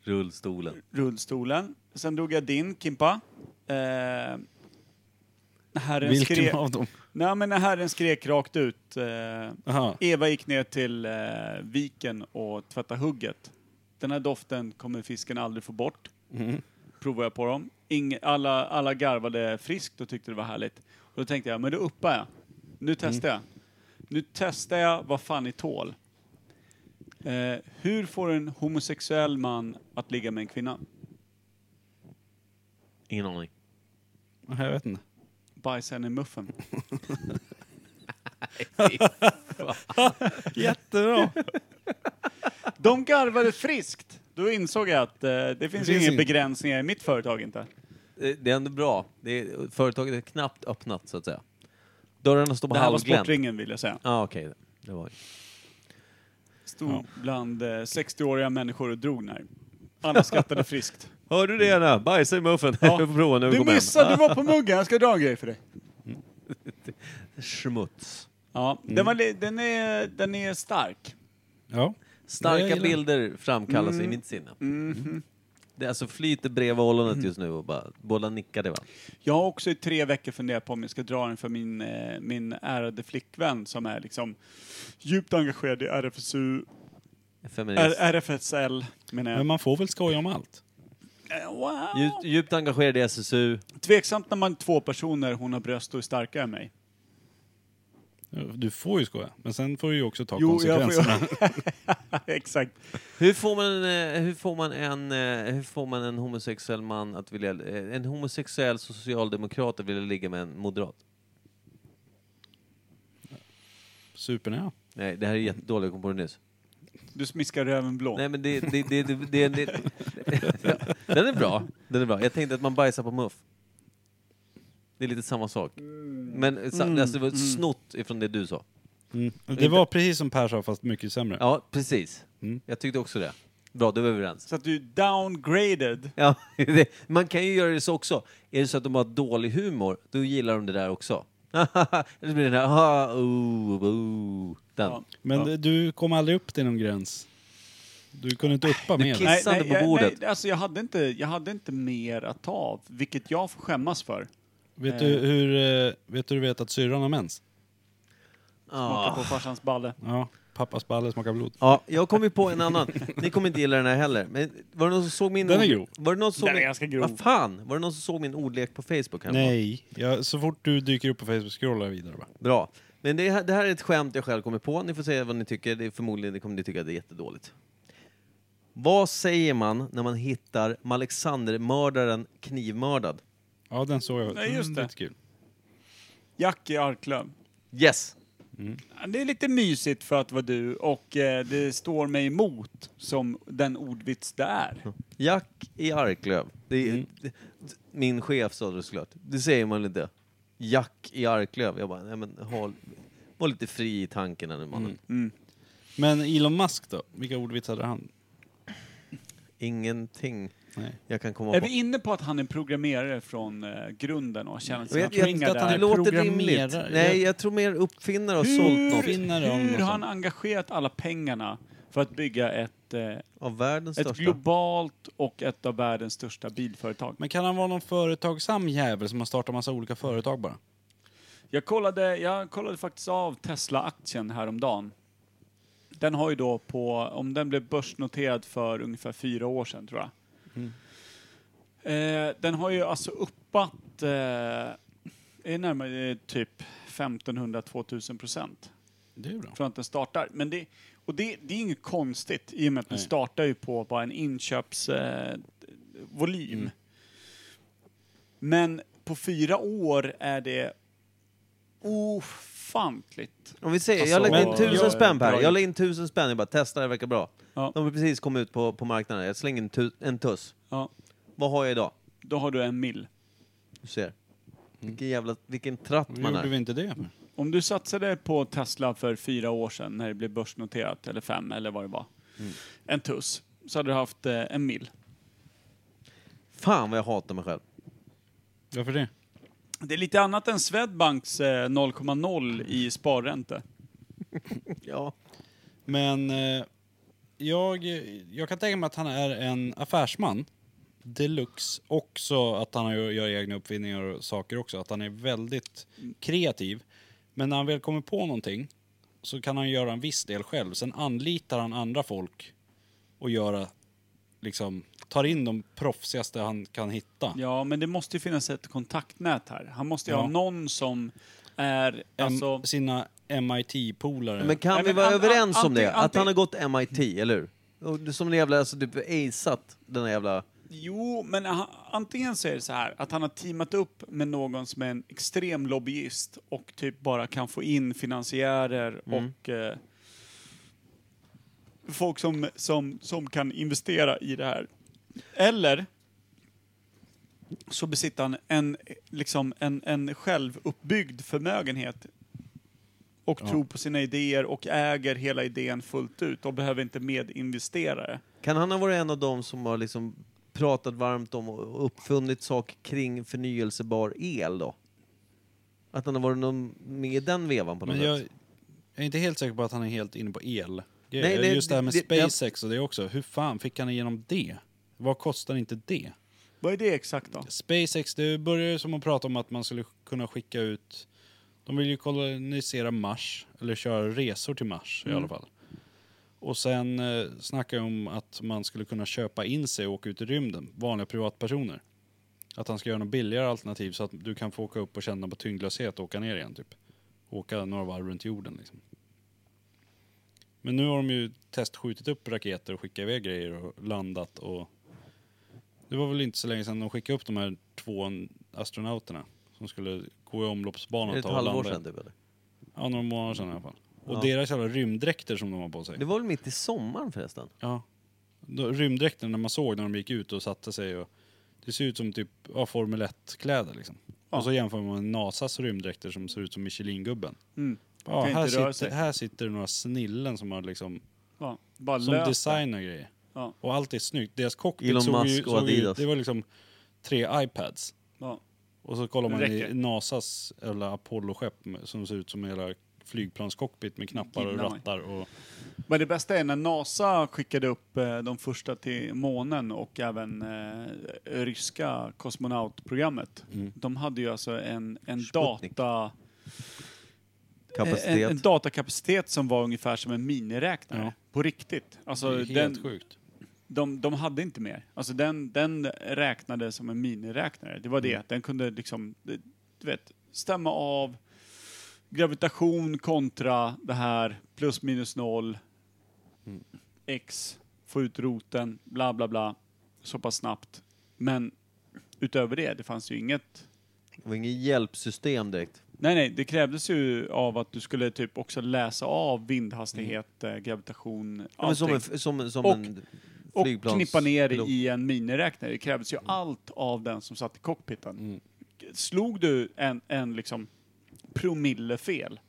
Speaker 1: Rullstolen.
Speaker 3: rullstolen. Sen drog jag din, Kimpa. Eh, när herren
Speaker 2: Vilken
Speaker 3: skrek...
Speaker 2: av dem?
Speaker 3: Nej, men när herren skrek rakt ut. Eh,
Speaker 2: Aha.
Speaker 3: Eva gick ner till eh, viken och tvättade hugget. Den här doften kommer fisken aldrig få bort.
Speaker 2: Mm.
Speaker 3: Provade jag på dem. Inge, alla, alla garvade friskt och tyckte det var härligt. Och då tänkte jag, men då uppar jag.
Speaker 2: Mm.
Speaker 3: Nu testar jag. Nu testar jag vad fan ni tål. Eh, hur får en homosexuell man att ligga med en kvinna?
Speaker 1: Ingen aning.
Speaker 2: Jag vet inte.
Speaker 3: Bajsa henne i [laughs] muffen.
Speaker 2: Jättebra!
Speaker 3: De garvade friskt. Då insåg jag att eh, det finns,
Speaker 2: finns
Speaker 3: ju inga
Speaker 2: inte.
Speaker 3: begränsningar i mitt företag inte.
Speaker 1: Eh, Det är ändå bra. Det är, företaget är knappt öppnat, så att säga. Dörrarna står på
Speaker 3: Det här var
Speaker 1: halvglänt.
Speaker 3: sportringen vill jag säga.
Speaker 1: Ja, ah, okej. Det var...
Speaker 3: Stod bland eh, 60-åriga människor och drog när. Alla skrattade friskt.
Speaker 1: Hör du det
Speaker 2: Mm.
Speaker 1: Anna? Bajsa i muffen. [laughs] Du får prova när vi
Speaker 3: Du
Speaker 1: kommer
Speaker 3: missade, du
Speaker 1: hem.
Speaker 3: [laughs] var på muggen, jag ska dra en grej för dig.
Speaker 1: Ah, Schmutz.
Speaker 3: Ja, den, var, li- den, är, den är stark.
Speaker 2: Ja. Jag
Speaker 1: Starka
Speaker 2: gillar. Mm.
Speaker 1: bilder framkallas i mitt sinne.
Speaker 3: Mm.
Speaker 1: Det är alltså flyter bredvid ollonet just nu och bara, båda nickade va?
Speaker 3: Jag har också i tre veckor funderat på om jag ska dra den för min, eh, min ärade flickvän som är liksom djupt engagerad i RFSU,
Speaker 1: Feminist.
Speaker 3: R- RFSL menar jag.
Speaker 1: Mm.
Speaker 2: Men man får väl skoja om allt?
Speaker 3: Eh, Wow.
Speaker 1: Djupt, djupt engagerad i SSU.
Speaker 3: Tveksamt när man är två personer, hon har bröst och är starkare än mig.
Speaker 2: Du får ju skoja, men sen får du ju också ta
Speaker 3: Jo, jag får
Speaker 2: konsekvenserna.
Speaker 3: [laughs] Exakt.
Speaker 1: Hur får man, en, eh, hur får man en, eh, hur får man en homosexuell man att vilja, eh, en homosexuell socialdemokrat att vilja ligga med en moderat?
Speaker 2: Supernära.
Speaker 1: Nej, det här är jättedåligt, jag kom på det nyss.
Speaker 3: Du smiskar röven blå.
Speaker 1: Nej men det, det, det, det, det, det, Den är bra, den är bra. Jag tänkte att man bajsar på muff. Det är lite samma sak.
Speaker 3: Mm.
Speaker 1: Men sa, alltså, det var snott ifrån det du sa.
Speaker 2: Det var precis som Per sa, fast mycket sämre.
Speaker 1: Ja, precis. Jag tyckte också det. Bra, då är vi överens.
Speaker 3: Så att du är downgraded.
Speaker 1: Ja, [laughs] det, man kan ju göra det så också. Är det så att de har dålig humor, då gillar de det där också. [laughs] Eller blir det den här... ah, oh, oh, den.
Speaker 3: Ja.
Speaker 2: Men du kom aldrig upp till någon gräns. Du kunde inte uppa mer.
Speaker 1: kissade på
Speaker 3: jag-
Speaker 1: bordet.
Speaker 3: Nej, alltså jag, hade inte, jag hade inte mer att ta av, vilket jag får skämmas för.
Speaker 2: Vet du hur eh, vet du, hur du vet att syrran har mens?
Speaker 3: Smaka
Speaker 1: Ah.
Speaker 3: på farsans balle.
Speaker 2: Ja, pappas balle smakar blod.
Speaker 1: Ja, jag kom ju på en annan. Ni kommer inte gilla den här heller. Men var det någon som såg min...
Speaker 2: Den är
Speaker 1: ord-
Speaker 2: grov.
Speaker 1: Var det någon som såg
Speaker 3: Den är
Speaker 1: min-
Speaker 3: ganska grov.
Speaker 1: Vad fan? Var det någon som såg min ordlek på Facebook? häromdagen?
Speaker 2: Nej, jag, så fort du dyker upp på Facebook scrollar jag vidare bara.
Speaker 1: Bra. Men det, här- det här är ett skämt jag själv kommer på. Ni får säga vad ni tycker. Det är förmodligen det kommer ni tycka att det är jättedåligt. Vad säger man när man hittar Malexander-mördaren knivmördad?
Speaker 2: Ja, den såg jag.
Speaker 3: Nej, just
Speaker 2: Mm,
Speaker 3: det.
Speaker 2: lite kul.
Speaker 3: Jack i Arklöv.
Speaker 1: Yes!
Speaker 3: Ja, Det är lite mysigt för att vara du och eh, det står mig emot som den ordvits det är.
Speaker 1: Jack i Arklöv. Det är,
Speaker 3: Mm.
Speaker 1: det, min chef sa det såklart. Det säger man inte. Jack i Arklöv. Jag bara, nej men håll... Var lite fri i tanken här nu mannen.
Speaker 3: Mm.
Speaker 2: Men Elon Musk då? Vilka ordvits hade han?
Speaker 1: Ingenting
Speaker 2: Nej.
Speaker 1: jag kan komma
Speaker 3: Är
Speaker 1: på.
Speaker 3: vi inne på att han är programmerare från eh, grunden och känner
Speaker 1: Jag
Speaker 3: sig
Speaker 1: vet inte
Speaker 3: omkringad
Speaker 1: att han
Speaker 3: där?
Speaker 2: är
Speaker 1: låter
Speaker 2: programmerare.
Speaker 1: rimligt. Nej, jag tror mer uppfinnare och sålt något.
Speaker 2: Finnare om
Speaker 3: Hur
Speaker 2: något
Speaker 3: har han
Speaker 2: sånt.
Speaker 3: engagerat alla pengarna för att bygga ett, eh,
Speaker 1: Av världens
Speaker 3: ett
Speaker 1: största.
Speaker 3: globalt och ett av världens största bilföretag?
Speaker 2: Men kan han vara någon företagsam jävel som har startat massa olika företag bara?
Speaker 3: Jag kollade, jag kollade faktiskt av Tesla-aktien häromdagen. Den har ju då på, om den blev börsnoterad för ungefär fyra år sedan tror jag. Eh, den har ju alltså uppat, eh, är närmare eh, typ 1500-2000 procent
Speaker 2: Det är bra.
Speaker 3: från att den startar. Men det, och det, det är inget konstigt i och med att den
Speaker 2: Nej.
Speaker 3: startar ju på bara en inköpsvolym. Eh, volym. Men på fyra år är det ofantligt.
Speaker 1: Om vi säger, jag la
Speaker 3: Alltså,
Speaker 1: in tusen
Speaker 3: jag-
Speaker 1: spänn Per.
Speaker 3: jag-
Speaker 1: Jag la in tusen spänn. Jag bara, testa det verkar bra.
Speaker 3: Ja.
Speaker 1: De har precis kommit ut på, på marknaden. Jag slänger en, tu, en tuss.
Speaker 3: Ja,
Speaker 1: Vad har jag idag?
Speaker 3: då har du en mil.
Speaker 1: Du ser. Vilken jävla, vilken tratt
Speaker 2: Hur
Speaker 1: man
Speaker 2: gjorde vi
Speaker 1: är.
Speaker 2: inte det? för?
Speaker 3: Om du satsade på Tesla för fyra år sedan när det blev börsnoterat, eller fem eller vad det var, en tuss, så hade du haft eh, en mil.
Speaker 1: Fan vad jag hatar mig själv.
Speaker 2: Varför det?
Speaker 3: Det är lite annat än Swedbanks eh, 0,0 i sparränta.
Speaker 1: Ja.
Speaker 2: Men eh, jag, jag kan tänka mig att han är en affärsman deluxe. Också att han har- gör egna uppfinningar och saker också. Att han är väldigt kreativ. Men när han väl kommer på någonting så kan han göra en viss del själv. Sen anlitar han andra folk och göra, liksom, tar in de proffsigaste han kan hitta.
Speaker 3: Ja, men det måste ju finnas ett kontaktnät här. Han måste ju
Speaker 2: Ja.
Speaker 3: ha någon som är...
Speaker 2: M-
Speaker 3: Alltså,
Speaker 2: sina MIT-polare.
Speaker 1: Men kan
Speaker 3: Nej,
Speaker 1: vi
Speaker 3: men
Speaker 1: vara
Speaker 3: an- an-
Speaker 1: överens om det?
Speaker 3: antingen-
Speaker 1: Att han har
Speaker 3: antingen-
Speaker 1: gått MIT, eller hur? Och det- Som en jävla, alltså typ aceat den här jävla...
Speaker 3: jo, men han, antingen så är det så här att han har teamat upp med någon som är en extrem lobbyist och typ bara kan få in finansiärer och eh, folk som, som, som kan investera i det här. Eller så besitter han en, liksom en, en självuppbyggd förmögenhet och tror på sina idéer och äger hela idén fullt ut och behöver inte medinvesterare.
Speaker 1: Kan han ha varit en av dem som har liksom pratat varmt om och uppfunnit saker kring förnyelsebar el då? Att han har varit någon med i den vevan på något
Speaker 2: Men jag,
Speaker 1: sätt?
Speaker 2: jag är inte helt säker på att han är helt inne på el.
Speaker 1: Nej, det-
Speaker 2: Just det här med
Speaker 1: det- det- jag-
Speaker 2: SpaceX och det också. Hur fan fick han igenom det? Vad kostar inte det?
Speaker 3: Vad är det exakt då?
Speaker 2: SpaceX, det började ju som att prata om att man skulle kunna skicka ut...
Speaker 1: Mm.
Speaker 2: De vill ju kolonisera Mars, eller köra resor till Mars i alla fall. Och sen eh, snackade jag om att man skulle kunna köpa in sig och åka ut i rymden, vanliga privatpersoner. Att han ska göra något billigare alternativ så att du kan få åka upp och känna på tyngdlöshet och åka ner igen typ. Åka några varv runt jorden liksom. Men nu har de ju testskjutit upp raketer och skickat iväg grejer och landat och... Det var väl inte så länge sedan de skickade upp de här två astronauterna som skulle gå i omloppsbanan
Speaker 1: Är det ett
Speaker 2: och ta och
Speaker 1: halvår
Speaker 2: landa.
Speaker 1: sedan typ eller?
Speaker 2: Ja, några månader sedan i alla fall. Och
Speaker 1: Ja.
Speaker 2: deras jävla rymddräkter som de har på sig.
Speaker 1: Det var väl mitt i sommaren förresten?
Speaker 2: Ja. Då, rymddräkten när man såg när de gick ut och satte sig. Och, det ser ut som typ ja, Formel 1-kläder liksom. Och så jämför man med NASAs rymddräkter som ser ut som Michelin-gubben.
Speaker 3: Mm.
Speaker 2: Ja,
Speaker 3: Kan inte
Speaker 2: här, sitter,
Speaker 3: röra sig.
Speaker 2: här sitter det några snillen som har liksom,
Speaker 3: Ja, bara
Speaker 2: som
Speaker 3: lös det.
Speaker 2: designar grejer.
Speaker 3: Ja.
Speaker 2: Och allt är snyggt. Deras cockpit
Speaker 1: Elon
Speaker 2: såg ju,
Speaker 1: Musk och
Speaker 2: såg ju,
Speaker 1: Adidas.
Speaker 2: det var liksom tre iPads.
Speaker 3: Ja.
Speaker 2: Och så kollar
Speaker 3: Det
Speaker 2: man
Speaker 3: räcker.
Speaker 2: i NASAs eller Apollo-skepp med- som ser ut som hela flygplanscockpit med knappar och
Speaker 3: Gillar man.
Speaker 2: rattar. Och,
Speaker 3: Men det bästa är när NASA skickade upp eh, de första till månen och även eh, ryska kosmonautprogrammet. De hade ju alltså en, en,
Speaker 1: Mm. Sputnik.
Speaker 3: data, en,
Speaker 1: Kapacitet?
Speaker 3: Eh, en datakapacitet som var ungefär som en miniräknare.
Speaker 2: Ja.
Speaker 3: På riktigt. Alltså,
Speaker 2: det är helt
Speaker 3: den,
Speaker 2: sjukt.
Speaker 3: de, de hade inte mer. Alltså den, den räknade som en miniräknare. Det var det.
Speaker 1: Mm.
Speaker 3: Den kunde liksom, eh, du vet, stämma av gravitation kontra det här, plus minus noll,
Speaker 1: Mm.
Speaker 3: x, få ut roten, bla bla bla, så pass snabbt. Men utöver det, det fanns ju inget
Speaker 1: Det var inget hjälpsystem direkt.
Speaker 3: Nej, nej, det krävdes ju av att du skulle typ också läsa av vindhastighet, eh, gravitation,
Speaker 1: Mm. Ja, men som
Speaker 3: allting.
Speaker 1: en, som, som
Speaker 3: Och-
Speaker 1: en
Speaker 3: Och
Speaker 1: flygplans-
Speaker 3: knippa ner
Speaker 1: pilot.
Speaker 3: i en miniräknare. Det krävdes ju allt av den som satt i cockpiten. Slog du en, en liksom promille fel?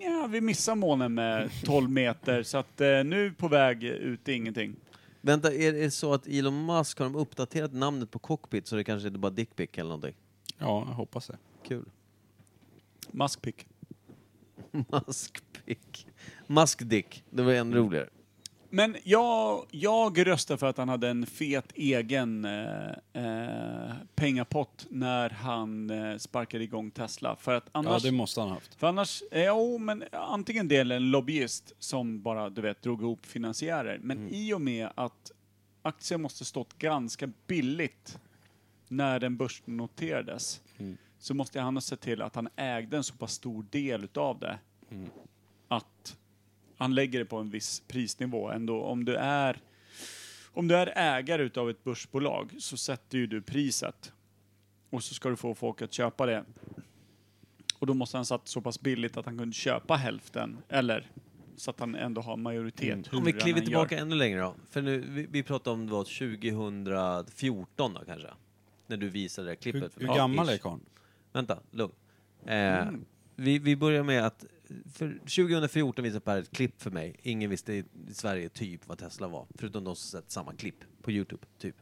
Speaker 3: Ja, vi missar månen med 12 meter så att eh, nu på väg ut i ingenting.
Speaker 1: Vänta, är det så att Elon Musk har de uppdaterat namnet på cockpit så det kanske inte bara dickpic eller någonting?
Speaker 2: Ja, jag hoppas det.
Speaker 1: Kul. [laughs]
Speaker 3: Maskpick.
Speaker 1: Muskpic. Muskdick. Det var ännu roligare.
Speaker 3: Men jag, jag röstar för att han hade en fet egen eh, eh, pengapott när han eh, sparkade igång Tesla. För att
Speaker 2: Ja,
Speaker 3: annars
Speaker 2: det måste han ha haft.
Speaker 3: För annars, eh, jo, men antingen det eller en lobbyist som bara, du vet, drog ihop finansiärer. Men i och med att aktien måste stått ganska billigt när den börsnoterades så måste han ha sett till att han ägde en så pass stor del utav det att han lägger det på en viss prisnivå ändå. Om du är, om du är ägare utav ett börsbolag så sätter ju du priset och så ska du få folk att köpa det. Och då måste han satt så pass billigt att han kunde köpa hälften, eller så att han ändå har majoritet. hur
Speaker 1: Om vi
Speaker 3: han
Speaker 1: kliver
Speaker 3: än
Speaker 1: tillbaka
Speaker 3: Gör.
Speaker 1: ännu längre då. För nu, vi, vi pratade om det var 2014 då kanske? När du visade det här klippet
Speaker 2: Hur,
Speaker 1: för
Speaker 2: hur
Speaker 1: mig.
Speaker 2: gammal
Speaker 1: Ish.
Speaker 2: är karln?
Speaker 1: Vänta, lugn. Eh, vi, vi börjar med att för 2014 visade Per ett klipp för mig. Ingen visste i i Sverige typ vad Tesla var, förutom de som sett samma klipp på Youtube. typ.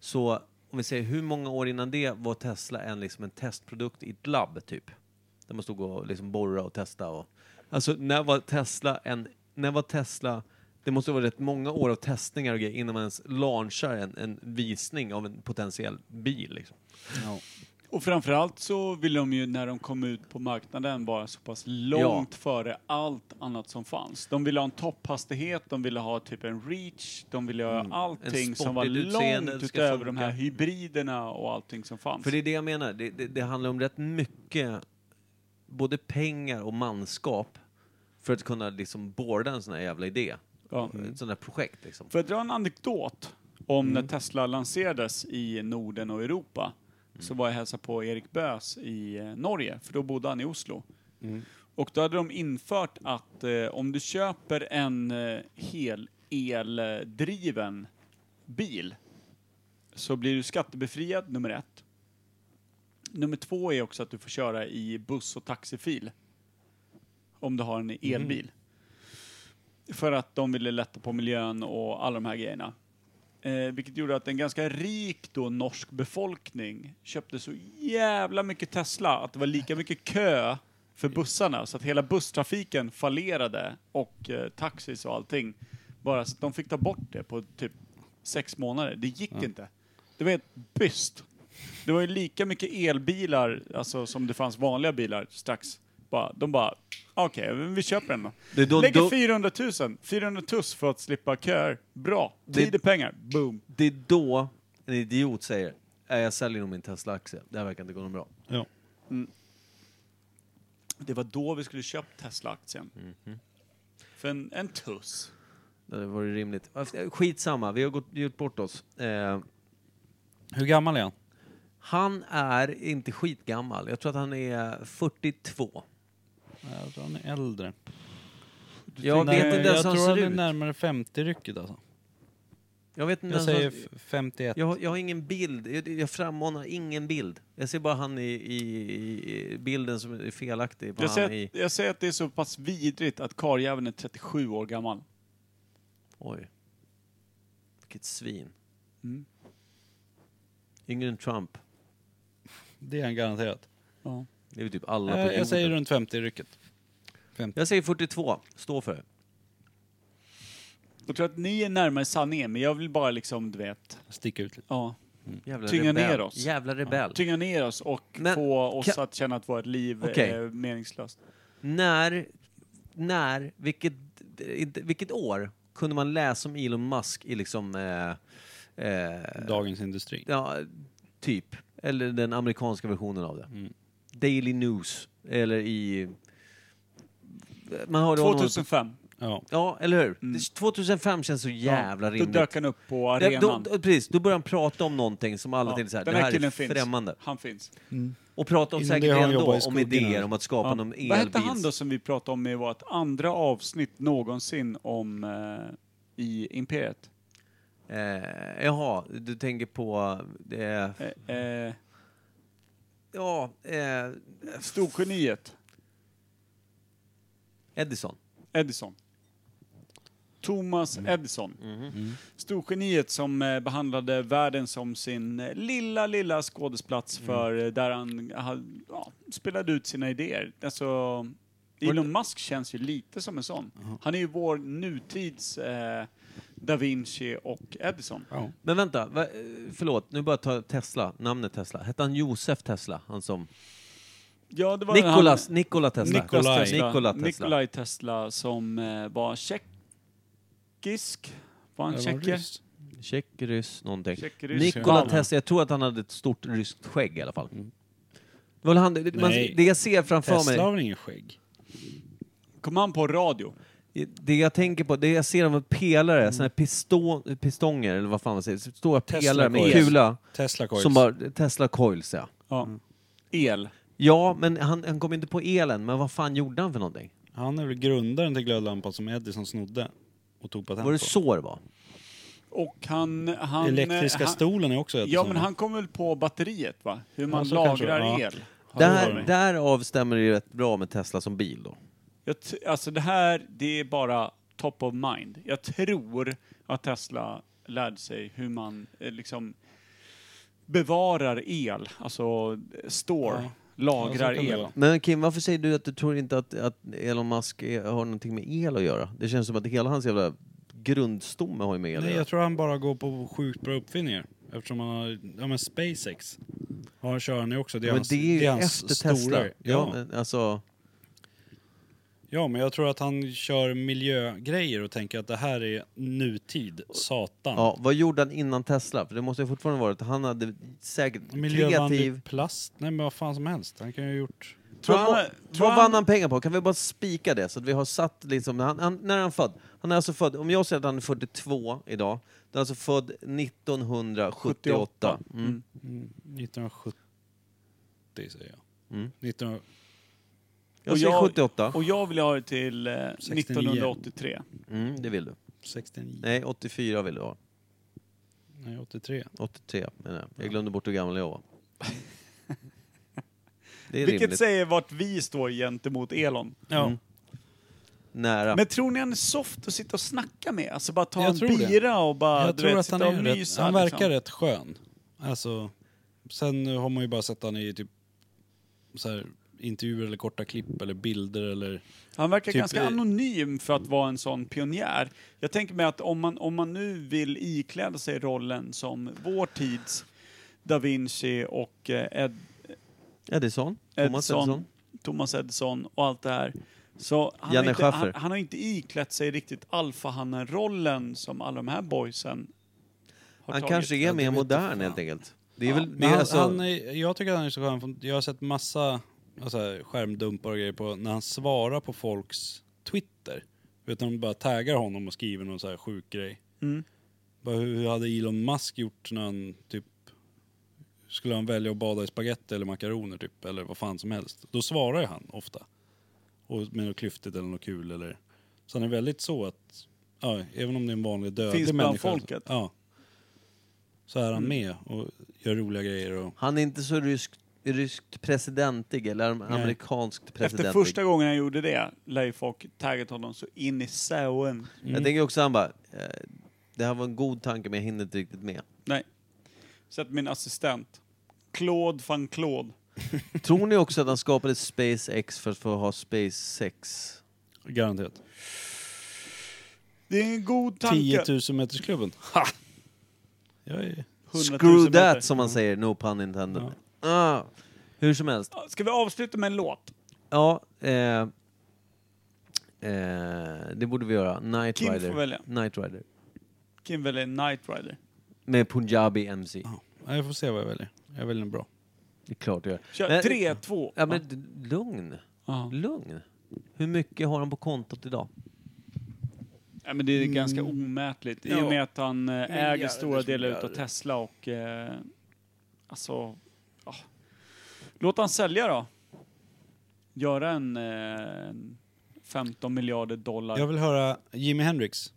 Speaker 1: Så om vi säger hur många år innan det var Tesla en, liksom en testprodukt i ett labb typ? Där man stod och liksom borra och testa och... Alltså när var Tesla en... När var Tesla... Det måste vara rätt många år av testningar och grejer innan man ens launchar en, en visning av en potentiell bil liksom.
Speaker 3: Och framförallt så ville de ju när de kom ut på marknaden vara så pass långt före allt annat som fanns. De ville ha en topphastighet, de ville ha typ en reach, de ville ha allting
Speaker 1: Mm. En
Speaker 3: som var
Speaker 1: sportigt utseende,
Speaker 3: långt
Speaker 1: det ska
Speaker 3: utöver
Speaker 1: funka.
Speaker 3: de här hybriderna och allting som fanns.
Speaker 1: För det är det jag menar. Det, det, det handlar om rätt mycket både pengar och manskap för att kunna liksom boarda en sån här jävla idé.
Speaker 3: Ja.
Speaker 2: Mm.
Speaker 1: Ett sånt här projekt liksom.
Speaker 3: För att dra en anekdot om när Tesla lanserades i Norden och Europa så var jag hälsa på Erik Bös i eh, Norge, för då bodde han i Oslo. Och då hade de infört att eh, om du köper en eh, hel eldriven bil så blir du skattebefriad, nummer ett. Nummer två är också att du får köra i buss och taxifil om du har en elbil. För att de ville lätta på miljön och alla de här grejerna. Eh, vilket gjorde att en ganska rik då norsk befolkning köpte så jävla mycket Tesla att det var lika mycket kö för bussarna så att hela busstrafiken fallerade och eh, taxis och allting. Bara så att de fick ta bort det på typ sex månader. Det gick inte. Det var helt byst. Det var ju lika mycket elbilar alltså, som det fanns vanliga bilar strax Europa, de bara, okej, men vi köper den då.
Speaker 1: Det är då-
Speaker 3: Lägger
Speaker 1: då-
Speaker 3: 400 000, 400 tuss för att slippa köer. Bra, tid
Speaker 1: Det-
Speaker 3: och pengar, boom.
Speaker 1: Det är då en idiot säger "Nej, jag säljer nog min Tesla-aktie. Det här verkar inte gå något bra.
Speaker 2: Ja.
Speaker 3: Det var då vi skulle köpt Tesla-aktien.
Speaker 1: Mhm.
Speaker 3: För en, en tuss.
Speaker 1: Det hade varit rimligt. Skitsamma, vi har gått, gjort bort oss. Eh,
Speaker 2: Hur gammal är han?
Speaker 1: han är inte skitgammal. Jag tror att han är 42.
Speaker 2: Jag tror han är äldre.
Speaker 1: Jag
Speaker 2: Nej,
Speaker 1: vet inte ens hur
Speaker 2: jag
Speaker 1: han
Speaker 2: tror
Speaker 1: ser
Speaker 2: han är
Speaker 1: ut.
Speaker 2: närmare 50-rycket alltså.
Speaker 1: Jag vet inte
Speaker 2: Jag
Speaker 1: ens
Speaker 2: säger
Speaker 1: hur
Speaker 2: f- 51.
Speaker 1: alltså, jag, har- jag har ingen bild. Jag, jag frammanar ingen bild. Jag ser bara han i, i, i bilden som är felaktig. På
Speaker 3: Jag
Speaker 1: han
Speaker 3: säger,
Speaker 1: i,
Speaker 3: att, jag säger att det är så pass vidrigt att karljäveln är 37 år gammal.
Speaker 1: Oj. Vilket svin.
Speaker 3: Mm.
Speaker 1: Yngre än Trump.
Speaker 2: Det är han garanterat. Eh,
Speaker 3: Ja.
Speaker 1: Det är väl typ alla
Speaker 3: Eh,
Speaker 1: på
Speaker 2: Jag,
Speaker 1: jorden.
Speaker 2: jag säger runt 50-rycket.
Speaker 1: jag säger 42. Stå för det.
Speaker 3: Mm. Jag tror att ni är närmare sanningen, men jag vill bara liksom, du vet,
Speaker 2: Sticka ut lite.
Speaker 3: ja,
Speaker 1: Jävla
Speaker 3: Tynga
Speaker 1: rebell.
Speaker 3: ner oss.
Speaker 1: Jävla rebell.
Speaker 3: tynga ner oss och
Speaker 1: Men
Speaker 3: få oss
Speaker 1: kan-
Speaker 3: att känna att vårt liv
Speaker 1: Okej.
Speaker 3: är meningslöst.
Speaker 1: När, när, vilket, inte- vilket år kunde man läsa om Elon Musk i liksom... Eh, eh,
Speaker 2: Dagens Industri.
Speaker 1: ja, typ. Eller den amerikanska versionen av det.
Speaker 3: Mm.
Speaker 1: Daily News. Eller i... Man hörde honom-
Speaker 3: 2005.
Speaker 2: Ja.
Speaker 1: Ja, eller hur? Det- 2005 känns så jävla
Speaker 3: Mm. Ja,
Speaker 1: rimligt.
Speaker 3: Då dök han upp på
Speaker 1: Ja,
Speaker 3: arenan.
Speaker 1: då, då, precis, då började han prata om någonting som alla
Speaker 3: Ja,
Speaker 1: tänkte så här, det
Speaker 3: den
Speaker 1: här är
Speaker 3: killen finns.
Speaker 1: främmande.
Speaker 3: Han finns.
Speaker 1: Och prata om
Speaker 2: Innan
Speaker 1: säkert
Speaker 2: det har han
Speaker 1: redan
Speaker 2: jobbat i
Speaker 1: då om
Speaker 2: skogen
Speaker 1: idéer
Speaker 2: här.
Speaker 1: om att skapa
Speaker 3: Ja.
Speaker 1: någon elbils...
Speaker 3: Vad hette han då som vi pratade om i vårt andra avsnitt någonsin om eh, i Imperiet?
Speaker 1: Eh, jaha, du tänker på... Eh,
Speaker 3: Eh, eh,
Speaker 1: ja, eh,
Speaker 3: Storgeniet
Speaker 1: Edison.
Speaker 3: Edison. Thomas
Speaker 1: Mm.
Speaker 3: Edison.
Speaker 1: Mm-hmm.
Speaker 3: Storgeniet som eh, behandlade världen som sin eh, lilla, lilla skådesplats för eh, där han ha- ja, spelade ut sina idéer. Alltså, Elon Musk känns ju lite som en sån. Han är ju vår nutids eh, Da Vinci och Edison.
Speaker 2: ja.
Speaker 1: Men vänta, va, eh, förlåt, nu bara ta Tesla, namnet Tesla. Hette han Josef Tesla? Han som...
Speaker 3: Ja, det var
Speaker 1: Nikolas,
Speaker 3: han-
Speaker 1: Nikola Tesla.
Speaker 3: Nikola Tesla.
Speaker 1: Nikola Tesla.
Speaker 3: Nikolaj Tesla som eh, var tjeckisk. Var han
Speaker 2: Eller var
Speaker 3: tjecker?
Speaker 2: ryss.
Speaker 1: Tjeck, ryss, någonting.
Speaker 3: Tjeckrysk.
Speaker 1: Nikola
Speaker 3: Ja. Mm.
Speaker 1: Tesla, jag tror att han hade ett stort ryskt skägg i alla fall. Det var väl han, det, man,
Speaker 2: Nej.
Speaker 1: det jag ser framför
Speaker 2: Tesla har
Speaker 1: mig,
Speaker 2: väl ingen skägg?
Speaker 3: Kom han på radio?
Speaker 1: det jag tänker på, det jag ser av en pelare,
Speaker 3: Mm.
Speaker 1: såna här pisto, pistonger eller vad fan man säger, stora
Speaker 2: Tesla
Speaker 1: pelare med
Speaker 2: coils.
Speaker 1: kula.
Speaker 2: Tesla coils.
Speaker 1: Som bara, Tesla coils ja.
Speaker 3: Ja.
Speaker 2: Mm.
Speaker 3: El.
Speaker 1: Ja, men han, han kom inte på elen, men vad fan gjorde han för någonting?
Speaker 2: Han är väl grundaren till glödlampan som Edison snodde och tog patent
Speaker 1: Var det
Speaker 2: på.
Speaker 1: så det var?
Speaker 3: Och han... han eh,
Speaker 2: Elektriska
Speaker 3: han,
Speaker 2: stolen är också Edison.
Speaker 3: Ja, men han kom väl på batteriet, va? Hur man
Speaker 2: så kanske det
Speaker 3: lagrar
Speaker 2: var. Ja.
Speaker 3: el. Har jag för
Speaker 1: Där,
Speaker 3: mig.
Speaker 1: därav stämmer det ju rätt bra med Tesla som bil då.
Speaker 3: Jag t- alltså det här, det är bara top of mind. Jag tror att Tesla lärde sig hur man eh, liksom bevarar el, alltså eh, store,
Speaker 2: Ja.
Speaker 3: lagrar
Speaker 2: Ja, så kan det
Speaker 3: el.
Speaker 2: vara.
Speaker 1: Men Kim, varför säger du att du tror inte att, att Elon Musk är, har någonting med el att göra? Det känns som att hela hans jävla grundstomme har ju med el att
Speaker 2: Nej,
Speaker 1: göra.
Speaker 2: jag tror han bara går på sjukt bra uppfinningar. Eftersom han har, ja men SpaceX har, kör han ju också. Det är
Speaker 1: Men
Speaker 2: hans,
Speaker 1: det är ju
Speaker 2: det är hans
Speaker 1: efter
Speaker 2: stora,
Speaker 1: Tesla. Ja,
Speaker 2: Ja. Ja, men...
Speaker 1: men alltså...
Speaker 2: jag tror att han kör miljögrejer och tänker att det här är nutid, satan.
Speaker 1: Ja, vad gjorde han innan Tesla? För det måste ju fortfarande vara att han hade säkert
Speaker 2: Miljövänlig
Speaker 1: kreativ...
Speaker 2: plast, nej men vad fan som helst. Han kan ju ha gjort...
Speaker 3: Tror
Speaker 1: Vad-
Speaker 3: han- tror
Speaker 1: vad
Speaker 3: han-
Speaker 1: vann han pengar på? Kan vi bara spika det så att vi har satt liksom... Han, han, när är han född? Han är alltså född... Om jag säger att han är 42 idag, då är han alltså född 1978. Mm.
Speaker 2: 1970 säger jag.
Speaker 1: Mm.
Speaker 2: 19...
Speaker 1: Jag säger 78.
Speaker 3: Och jag vill ha det till eh, 1983.
Speaker 1: Mm, det vill du.
Speaker 2: 69?
Speaker 1: Nej, 84 vill du ha.
Speaker 2: Nej, 83.
Speaker 1: 83 menar jag. Jag glömde bort hur gammal jag
Speaker 3: [laughs]
Speaker 1: var. Det är
Speaker 3: Vilket
Speaker 1: rimligt. Mm.
Speaker 3: säger vart vi står gentemot Elon.
Speaker 2: Ja.
Speaker 1: Nära.
Speaker 3: Men tror ni han är soft att sitta och snacka med? Alltså bara ta
Speaker 2: Jag
Speaker 3: en
Speaker 2: tror det.
Speaker 3: bira och bara
Speaker 2: jag
Speaker 3: du
Speaker 2: tror
Speaker 3: vet,
Speaker 2: att han,
Speaker 3: sitta och
Speaker 2: är rätt,
Speaker 3: mysa,
Speaker 2: han verkar
Speaker 3: liksom.
Speaker 2: rätt skön. Alltså, sen har man ju bara sett han i typ så här, intervjuer eller korta klipp eller bilder eller...
Speaker 3: Han verkar
Speaker 2: Typ,
Speaker 3: ganska
Speaker 2: eh,
Speaker 3: anonym för att vara en sån pionjär. Jag tänker mig att om man, om man nu vill ikläda sig rollen som vår tids Da Vinci och eh, Ed,
Speaker 1: Edison. Thomas
Speaker 3: Edison,
Speaker 1: Edison.
Speaker 3: Thomas Edison och allt det här. Så han,
Speaker 1: Janne
Speaker 3: har inte,
Speaker 1: Schaffer.
Speaker 3: han, han har inte iklätt sig riktigt alfahannen-rollen som alla de här boysen har
Speaker 1: Han
Speaker 3: tagit.
Speaker 1: kanske är mer
Speaker 2: vet
Speaker 1: modern
Speaker 2: fan.
Speaker 1: helt enkelt. Det är
Speaker 3: Ja,
Speaker 1: väl det
Speaker 2: Men
Speaker 1: är
Speaker 2: han,
Speaker 1: alltså...
Speaker 2: han är, jag tycker att han är så skön. för Jag har sett massa alltså, skärmdumpar och grejer på när han svarar på folks Twitter. Vet du, de bara taggar honom och skriver någon så här sjuk grej.
Speaker 3: Mm.
Speaker 2: Bara, hur, hur hade Elon Musk gjort när han typ skulle han välja att bada i spagetti eller makaroner typ eller vad fan som helst. Då svarar ju han ofta. Och med något klyftigt eller något kul eller. Så han är väldigt så att, ja, även om det är en vanlig dödlig
Speaker 3: Finns bland
Speaker 2: människa.
Speaker 3: folket. Mm.
Speaker 2: Ja. Så är han med och gör roliga grejer och
Speaker 1: Han är inte så ryskt, ryskt presidentig eller am- amerikanskt presidentig.
Speaker 3: Efter första gången han gjorde det lär ju folk taggat honom så in i säuen.
Speaker 1: Jag tänker också han bara, eh, det här var en god tanke men jag hinner inte riktigt med.
Speaker 3: Nej. Så att min assistent, Claude van Claude.
Speaker 1: Tror ni också att han skapade SpaceX för att få ha SpaceX?
Speaker 2: Garanterat.
Speaker 3: Det är en god
Speaker 2: 10
Speaker 3: tanke.
Speaker 2: 000 metersklubben. Ha! Jag är...
Speaker 3: 100 000
Speaker 1: Screw
Speaker 3: meter.
Speaker 1: that som man säger, no pun intended. Ah, hur som helst.
Speaker 3: Ska vi avsluta med en låt?
Speaker 1: Ja, eh, eh, det borde vi göra. Night
Speaker 3: Kim får
Speaker 1: Rider.
Speaker 3: välja.
Speaker 1: Night Rider.
Speaker 3: Kim väljer Knight Rider.
Speaker 1: Med Punjabi MC.
Speaker 2: Ja, jag får se vad jag väljer. Jag väljer en bra.
Speaker 1: Det är klart jag gör.
Speaker 3: Kör
Speaker 1: Men-
Speaker 3: tre, två.
Speaker 1: Ja, men d- lugn.
Speaker 3: Ja.
Speaker 1: Lugn. Hur mycket har han på kontot idag?
Speaker 3: Ja, men det är ganska omätligt i och med att han eh, äger stora delar av Tesla och... Eh, alltså... Ja. Låt han sälja då. Göra en, eh, en 15 miljarder dollar.
Speaker 2: Jag vill höra Jimi Hendrix.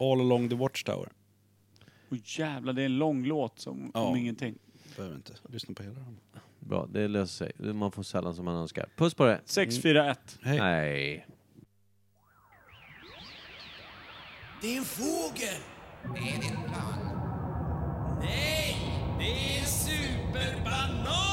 Speaker 2: All along the watchtower.
Speaker 3: Och jävlar, det är en lång låt som, om
Speaker 2: Ja.
Speaker 3: ingenting.
Speaker 2: Behöver inte lyssna på hela den.
Speaker 1: Bra, det löser sig. Man får sällan som man önskar. Puss på dig.
Speaker 3: 641.
Speaker 2: Hej.
Speaker 1: Nej.
Speaker 9: Det är en fågel! Är det en plan? Nej, det är en superbanan!